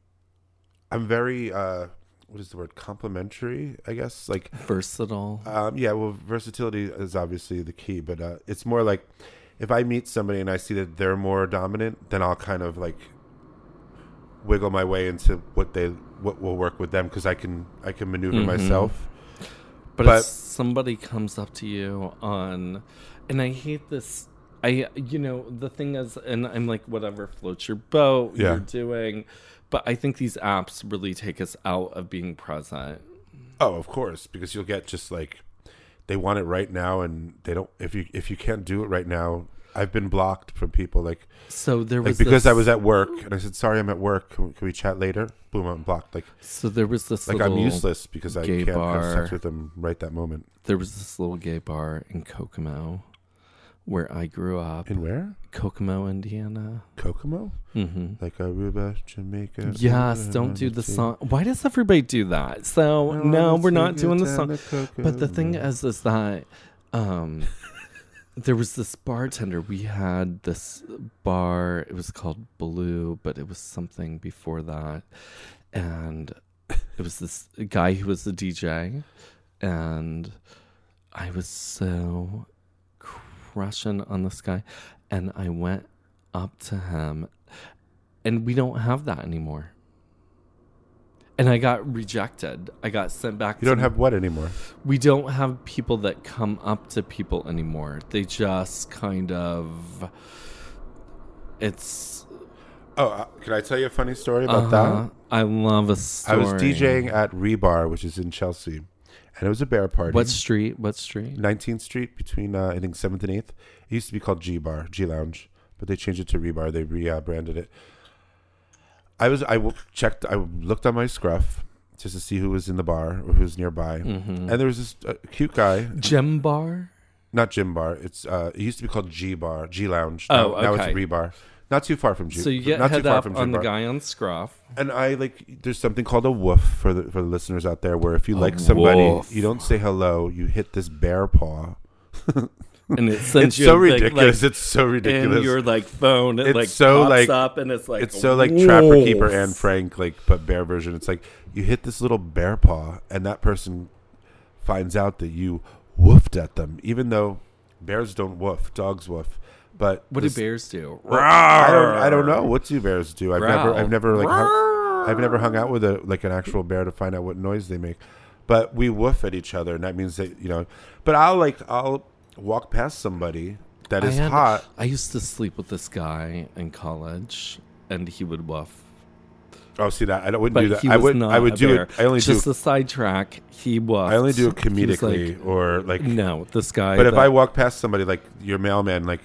I'm very uh what is the word complimentary, I guess. Like Versatile. um yeah, well versatility is obviously the key, but uh it's more like if I meet somebody and I see that they're more dominant, then I'll kind of like wiggle my way into what they what will work with them cuz I can I can maneuver myself. But, But- if somebody comes up to you on, and I hate this. I you know the thing is, and I'm like whatever floats your boat. Yeah. You're doing, but I think these apps really take us out of being present. Oh, of course, because you'll get just like they want it right now and they don't if you if you can't do it right now, I've been blocked from people like So there like was because I this- was at work and I said, "Sorry, I'm at work. Can we, can we chat later?" Boom, I'm blocked. Like, so there was this like little, I'm useless because I gay can't have bar. sex with them right that moment. There was this little gay bar in Kokomo, where I grew up, And where? Kokomo, Indiana. Kokomo, Mm-hmm. like Aruba, Jamaica. Yes, don't do the song. Why does everybody do that? So no, we're not doing the song. But the thing is, is that um, there was this bartender. We had this bar. It was called Blue, but it was something before that. And it was this guy who was the DJ. And I was so crushing on this guy. And I went up to him. And we don't have that anymore. And I got rejected. I got sent back you don't to have what anymore. we don't have people that come up to people anymore. They just kind of it's Oh, uh, can I tell you a funny story about uh that? I love a story. I was DJing at Rebar, which is in Chelsea, and it was a bear party. What street? What street? 19th Street between uh, I think 7th and 8th. It used to be called G Bar, G Lounge, but they changed it to Rebar. They rebranded it. I was I w- checked I looked on my scruff just to see who was in the bar or who's nearby, Mm-hmm. and there was this uh, cute guy, Gem Bar? not Jim Bar. It's uh, it used to be called G Bar, G Lounge. Oh, now, now okay. it's Rebar. Not too far from G. So you get not head too far up from on G the Bar. guy on Scruff. And I like there's something called a woof for the for the listeners out there where if you like somebody, woof. you don't say hello, you hit this bear paw. And it sends it's you so a big, ridiculous. Like, it's so in ridiculous. your like phone, it It's like so, pops like- up and it's like it's so like Trapper Keeper "Woof." and Frank, like but bear version. It's like you hit this little bear paw, and that person finds out that you woofed at them, even though bears don't woof, dogs woof. But What this- do bears do? I don't, I don't know. What do bears do? I've never, Growl. I've never like, hung, I've never hung Um, out with a like an actual bear to find out what noise they make. But we woof at each other, and that means that you know. But I'll like, I'll walk past somebody that I is had- hot. I used to sleep with this guy in college, and he would woof. Oh, see that? I don't, wouldn't But do that. he I was would, not. I would a do bear. it. I only just do, a sidetrack. He was. I only do it He was like, comedically or like. no, this guy. But if that- I walk past somebody like your mailman, like.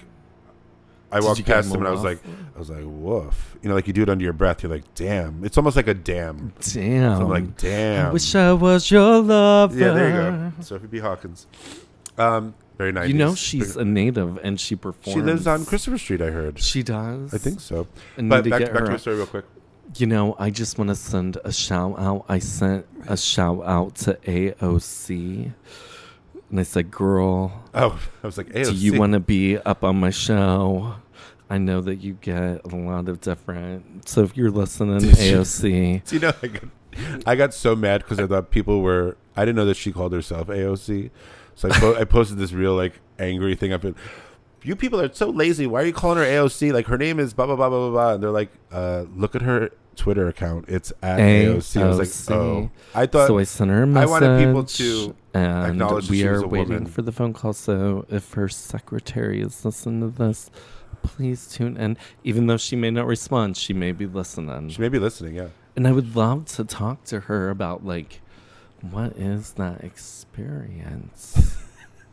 I Did walked you give past him a him and I was woof? like, I was like, woof. You know, like you do it under your breath. You're like, damn. It's almost like a damn. damn, I'm like, damn. I wish I was your lover. Yeah, there you go. Sophie B. Hawkins. Um, very nice. You know she's a native, and she performs. she lives on Christopher Street. I heard. She does. I think so. I need But to back, get her back to on. the story real quick. You know, I just want to send a shout out. I sent a shout out to AOC, and I said, "Girl, Oh, I was like, AOC. Do you want to be up on my show? I know that you get a lot of different. So if you're listening, AOC, Do you know, I got, I got so mad because I thought people were. I didn't know that she called herself AOC, so I, po- I posted this real like angry thing. I put, "You people are so lazy. Why are you calling her AOC? Like her name is blah blah blah blah blah." blah. And they're like, uh, "Look at her Twitter account. It's at AOC." I was AOC. like, "Oh, I thought." so I sent her a I message. wanted people to and acknowledge that we she are was a waiting woman. for the phone call. So if her secretary is listening to this, please tune in. Even though she may not respond, she may be listening. she may be listening. Yeah. and I would love to talk to her about like, what is that experience?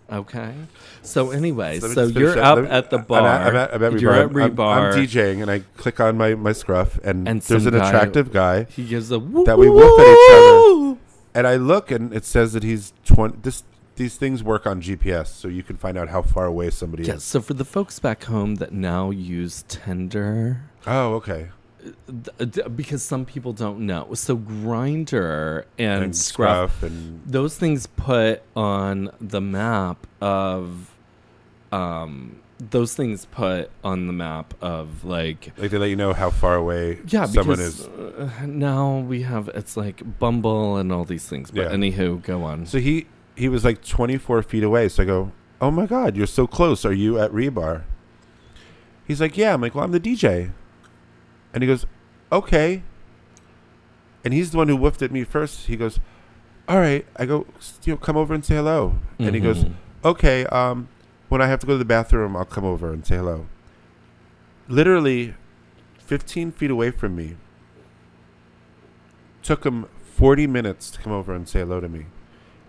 Okay. So anyway, Let me so just finish you're that. up Let me- at the I'm bar. I'm at, I'm at Rebar. You're at I'm- I'm- Rebar. I'm, DJing, and I click on my, my scruff, and, And there's some an guy- attractive guy, He gives a woo That we woof at each woo. and I look, and it says that he's twenty. This these things work on GPS, so you can find out how far away somebody Yeah, is. so for the folks back home that now use Tinder, Oh, okay. th- th- because some people don't know, so Grinder and, Scruff, scruff and those things put on the map of, um, those things put on the map of like like they let you know how far away Yeah, someone because is. uh, now we have it's like Bumble and all these things. But Yeah. anywho, go on. So he he was like 24 feet away. So I go, "Oh my god, you're so close. Are you at Rebar?" He's like, "Yeah." I'm like, "Well, I'm the DJ," and he goes, "Okay." And he's the one who woofed at me first. He goes, "All right." I go, "S- "You know, come over and say hello." And he goes, Mhm. "Okay." Um, when I have to go to the bathroom, I'll come over and say hello. Literally, 15 feet away from me. Took him 40 minutes to come over and say hello to me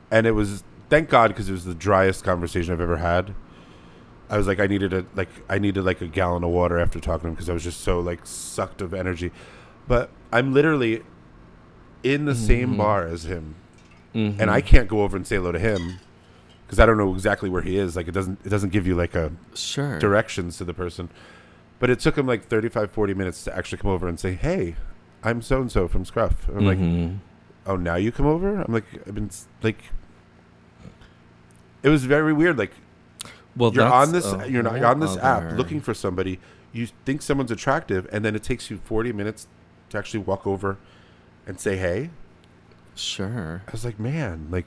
and it was thank God because it was the driest conversation I've ever had. I was like, I needed a like, I needed like a gallon of water after talking to him because I was just so like sucked of energy. But I'm literally in the same Mhm. bar as him, Mhm. and I can't go over and say hello to him because I don't know exactly where he is. Like it doesn't it doesn't give you like a sure. directions to the person. But it took him like 35, 40 minutes to actually come over and say, "Hey, I'm so and so from Scruff." I'm like, Mhm. oh now you come over i'm like i've been s- like it was very weird like well, you're that's on this a you're not whole you're on this app other- looking for somebody you think someone's attractive and then it takes you 40 minutes to actually walk over and say hey Sure. i was like man like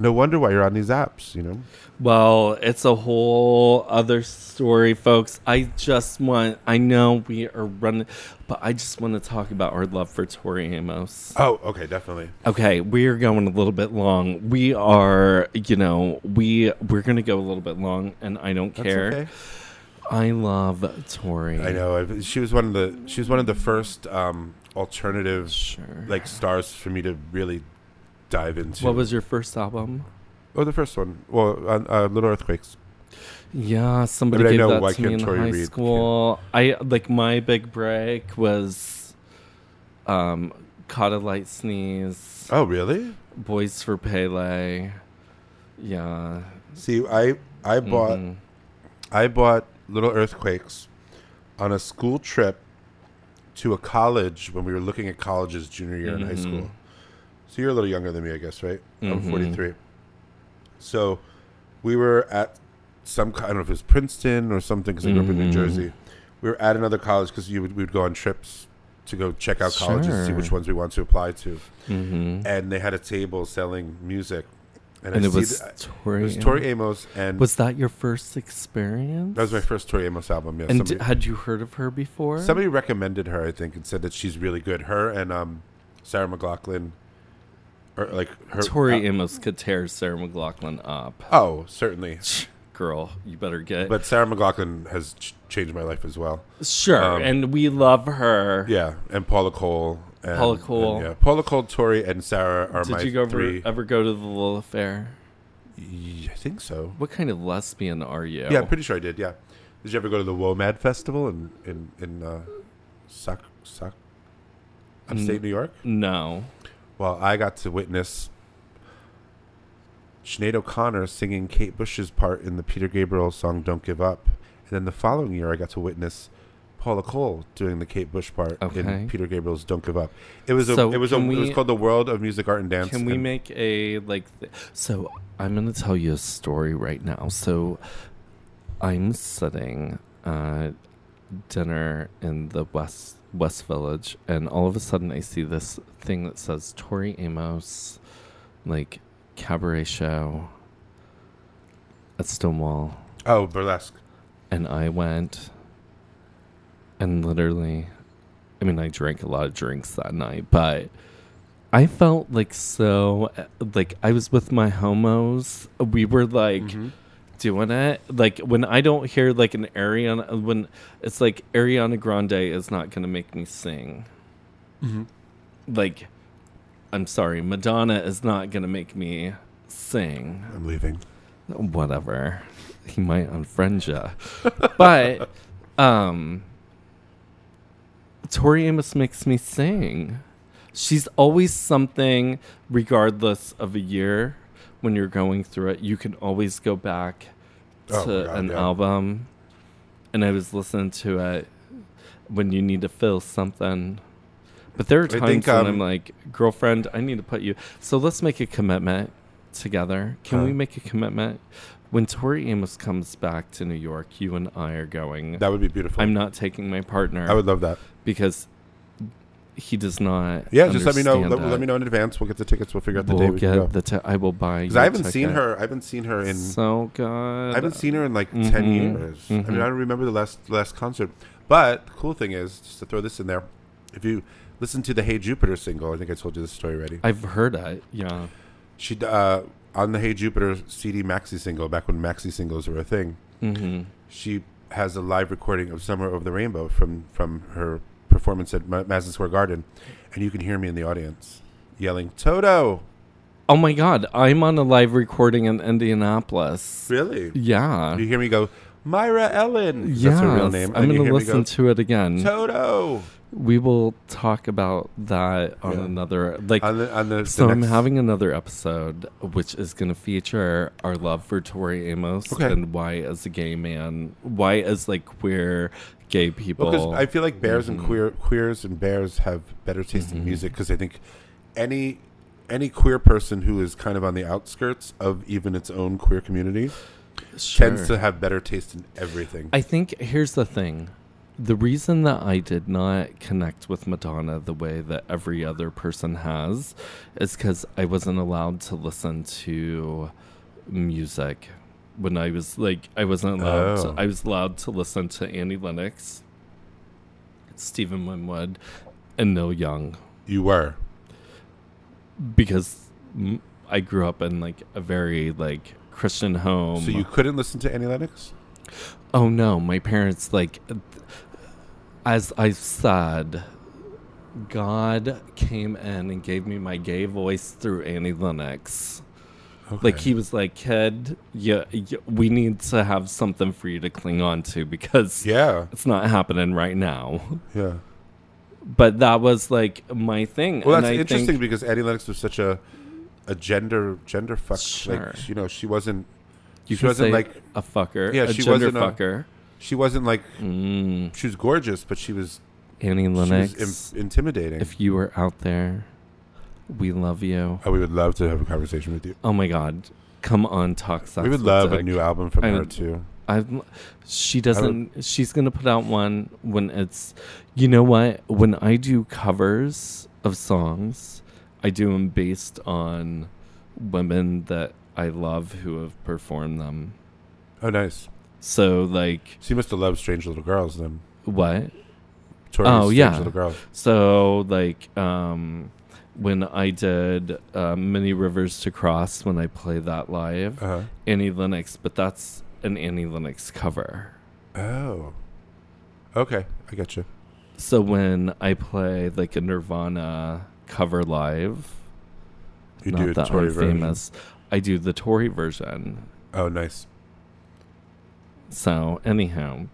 no wonder why you're on these apps you know Well, it's a whole other story, folks. I just want. I know we are running, but I just want to talk about our love for Tori Amos. oh okay definitely Okay, we're going a little bit long. We are, you know, we we're gonna go a little bit long, and I don't That's care. okay. I love Tori. i know i she was one of the she was one of the first um alternative Sure. like stars for me to really dive into what was your first album? oh the first one well uh, uh, little earthquakes Yeah, somebody I mean, I gave know, that why to me can't in Tori high read? school. I like my big break was um Caught a Light Sneeze, oh really Boys for Pele. Yeah. See, I I bought mhm. I bought Little Earthquakes on a school trip to a college when we were looking at colleges junior year in high Mm-hmm. school. So you're a little younger than me, I guess, right? I'm Mhm. 43. So we were at some co- I don't know if it was Princeton or something because I grew up in New Mhm. Jersey. We were at another college because you would we would go on trips to go check out colleges, see Sure. which ones we want to apply to, Mhm. and they had a table selling music, and, And I it see was th- Tori. it was Tori Amos and Was that your first experience? That was my first Tori Amos album. Yeah, And somebody, d- had you heard of her before? somebody recommended her, I think, and said that she's really good. Her and um, Sarah McLaughlin, or like her. Tori uh, Amos could tear Sarah McLaughlin up. oh, certainly. Girl, you better get But Sarah McLaughlin has ch- changed my life as well. sure. um, and we love her. Yeah, and Paula Cole. And, Paula and, Cole. yeah, Paula Cole, Tori, and Sarah are my Did you go three. ever, ever go to the Lilith Fair? Y- I think so. What kind of lesbian are you? Yeah, I'm pretty sure I did. Yeah. Did you ever go to the WOMAD festival in in in uh, Sac Sac, upstate New York? no. Well, I got to witness Sinead O'Connor singing Kate Bush's part in the Peter Gabriel song Don't Give Up. And then the following year, I got to witness Paula Cole doing the Kate Bush part Okay. in Peter Gabriel's Don't Give Up. It was a, So it was a, can it was we- called the World of Music, Art, and Dance. Can we and- make a like? Th- so I'm gonna tell you a story right now. So I'm sitting at dinner in the West West Village, and all of a sudden I see this thing that says Tori Amos, like cabaret show at Stonewall, Oh, burlesque. and I went, and literally, I mean, I drank a lot of drinks that night, but I felt like so, like I was with my homos. We were like Mhm. doing it. Like when I don't hear like an Ariana, when it's like Ariana Grande is not going to make me sing. Like, I'm sorry, Madonna is not going to make me sing I'm leaving. whatever. He might unfriend you. but um Tori Amos makes me sing. She's always something regardless of a year when you're going through it. You can always go back Oh, to God, an yeah. album and I was listening to it when you need to fill something. But there are I times think, when um, I'm like, girlfriend, I need to put you. So let's make a commitment together. Can Huh. we make a commitment? When Tori Amos comes back to New York, you and I are going. That would be beautiful. I'm not taking my partner I would love that. because he does not. Yeah, just let me know. understand Let, let it. me know in advance. We'll get the tickets. We'll figure out the We'll day we get can go. the. T- I will buy. Because you a I haven't seen ticket. her. I haven't seen her in. so good. I haven't seen her in like ten Mhm. years. I mean, Mhm. I don't remember the last the last concert. But the cool thing is, just to throw this in there, if you listen to the Hey Jupiter single, I think I told you this story already. I've heard it. Yeah. She uh, on the Hey Jupiter CD maxi single back when maxi singles were a thing. Mm-hmm. She has a live recording of "Summer Over the Rainbow" from from her performance at Ma- Madison Square Garden, and you can hear me in the audience yelling "Toto." Oh my God! I'm on a live recording in Indianapolis. Really? Yeah. You hear me go, Myra Ellen. That's her real Yes, name. I'm And you going to hear me listen to it again. Toto. we will talk about that on Yeah. another like On the, on the, the so I'm next- having another episode which is going to feature our love for Tori Amos Okay. and why as a gay man, why as like queer gay people. Well, 'cause I feel like bears and queer queers and bears have better taste in music because I think any any queer person who is kind of on the outskirts of even its own queer community Sure. tends to have better taste in everything. I think here's the thing. The reason that I did not connect with Madonna the way that every other person has is because I wasn't allowed to listen to music when I was like, I wasn't allowed. Oh. To, I was allowed to listen to Annie Lennox, Stephen Winwood, and Neil Young you were. because mm, I grew up in like a very like Christian home. So you couldn't listen to Annie Lennox? Oh no, my parents like th- as I said, God came in and gave me my gay voice through Annie Lennox. Like he was like, "Kid, yeah, yeah, we need to have something for you to cling on to because Yeah. it's not happening right now." Yeah. But that was like my thing. Well, and that's I interesting think- because Annie Lennox was such a a gender gender fuck. Sure. Like you know, she wasn't. you she can wasn't say like- a fucker. Yeah, a she gender wasn't a- fucker. She wasn't like Mm, she was gorgeous, but she was Annie she Lennox. was Im- intimidating. if you were out there, we love you. oh, we would love to have a conversation with you. Oh my God. Come on, talk sex. we would with love a Dick. new album from I her would- too. I'm, she doesn't. she's gonna put out one when it's. You know what? When I do covers of songs, I do them based on women that I love who have performed them. Oh, nice. So like She must have loved Strange Little Girls then. what? Tori's Oh, Strange yeah. Little Girls. So like um, when I did uh, "Many Rivers to Cross" when I play that live, Uh-huh. Annie Lennox, but that's an Annie Lennox cover. Oh, okay. I get you. So when I play like a Nirvana cover live, You not do a that Tori I'm version. famous, I do the Tory version. Oh, nice. So anyhow,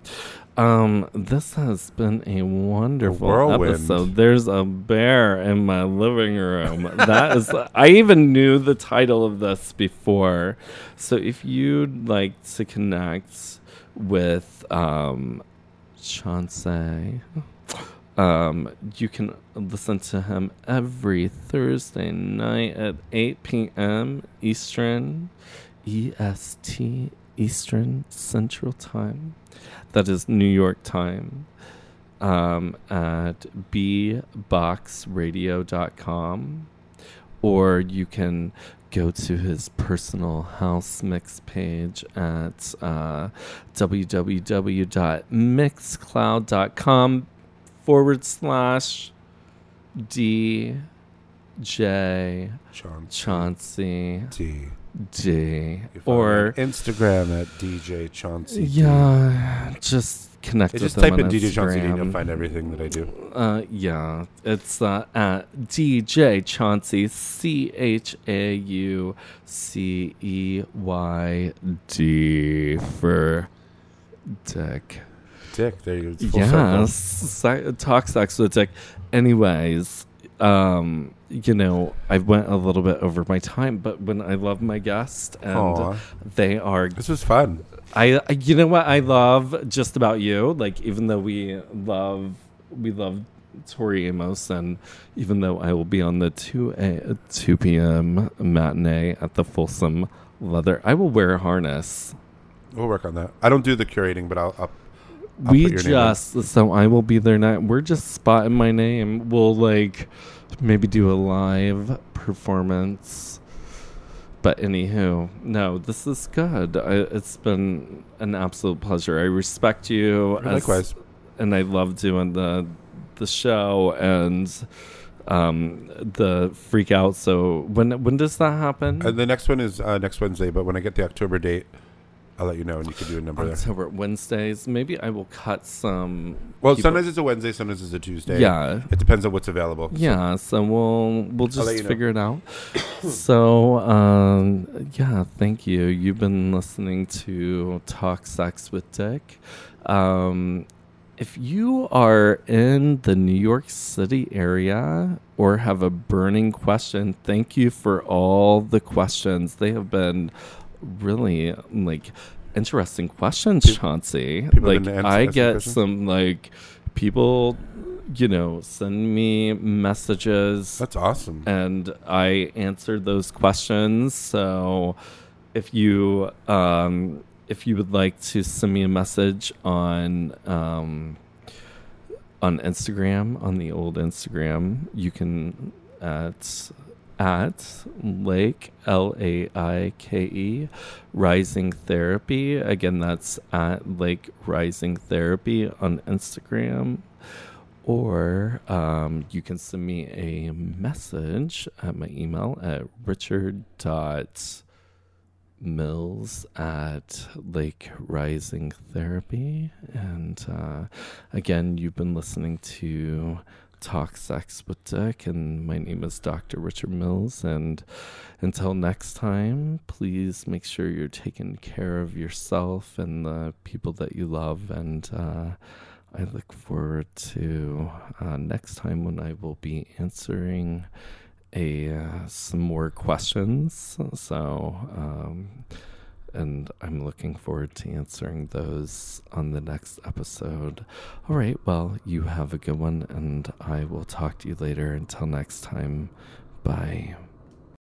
um, this has been a wonderful whirlwind. episode. There's a bear in my living room. that is, I even knew the title of this before. So if you'd like to connect with um, Chauncey. Um, you can listen to him every Thursday night at 8 p.m. Eastern, EST, E Eastern Central Time. That is New York time. Um, at bboxradio.com. Or you can go to his personal house mix page at uh, www.mixcloud.com forward slash D J Sean Chauncey T. D. You follow me on Or Instagram at DJ Chauncey. D. yeah, just connect Hey, with just them type in on DJ Chauncey D and you'll Instagram. find everything that I do. Uh, yeah, it's uh, at DJ Chauncey, C H A U C E Y D for dick. Dick, there you go. Full Yes, circle. si- talk sex with dick. Anyways, um, you know, I went a little bit over my time, but when I love my guest and Aw. they are This was fun. I, I- you know what I love just about you, like even though we love we love Tori Amos, and even though I will be on the two a two p.m. matinee at the Folsom Leather, I will wear a harness. We'll work on that. I don't do the curating, but I'll. I'll I'll we put your name in. just so I will be there now. We're just spotting my name. We'll like maybe do a live performance. But anywho, no, this is good. I, it's been an absolute pleasure. I respect you. as- Likewise. and I love doing the the show and um the freak out. So when when does that happen? And the next one is uh, next Wednesday, but when I get the October date, I'll let you know and you can do a number there. October Wednesdays. Maybe I will cut some. Well, people- sometimes it's a Wednesday, sometimes it's a Tuesday. yeah. It depends on what's available. Yeah, so we'll we'll just you know. figure it out. so um, yeah, thank you. You've been listening to Talk Sex with Dick. Um, if you are in the New York City area or have a burning question, thank you for all the questions. They have been really like interesting questions, Peop- Chauncey. people have Like been ans- I asking get questions? some like people, you know, send me messages That's awesome. and I answered those questions. So if you um, if you would like to send me a message on um, on Instagram on the old Instagram, you can at at Lake L A I K E Rising Therapy. Again, that's at Lake Rising Therapy on Instagram or um, you can send me a message at my email at richard.mills at lake rising therapy and uh, again you've been listening to talk sex with dick and my name is dr richard mills and until next time please make sure you're taking care of yourself and the people that you love and uh, I look forward to uh, next time when I will be answering a uh, some more questions. So, um, and I'm looking forward to answering those on the next episode. All right, well, you have a good one, and I will talk to you later. Until next time, bye.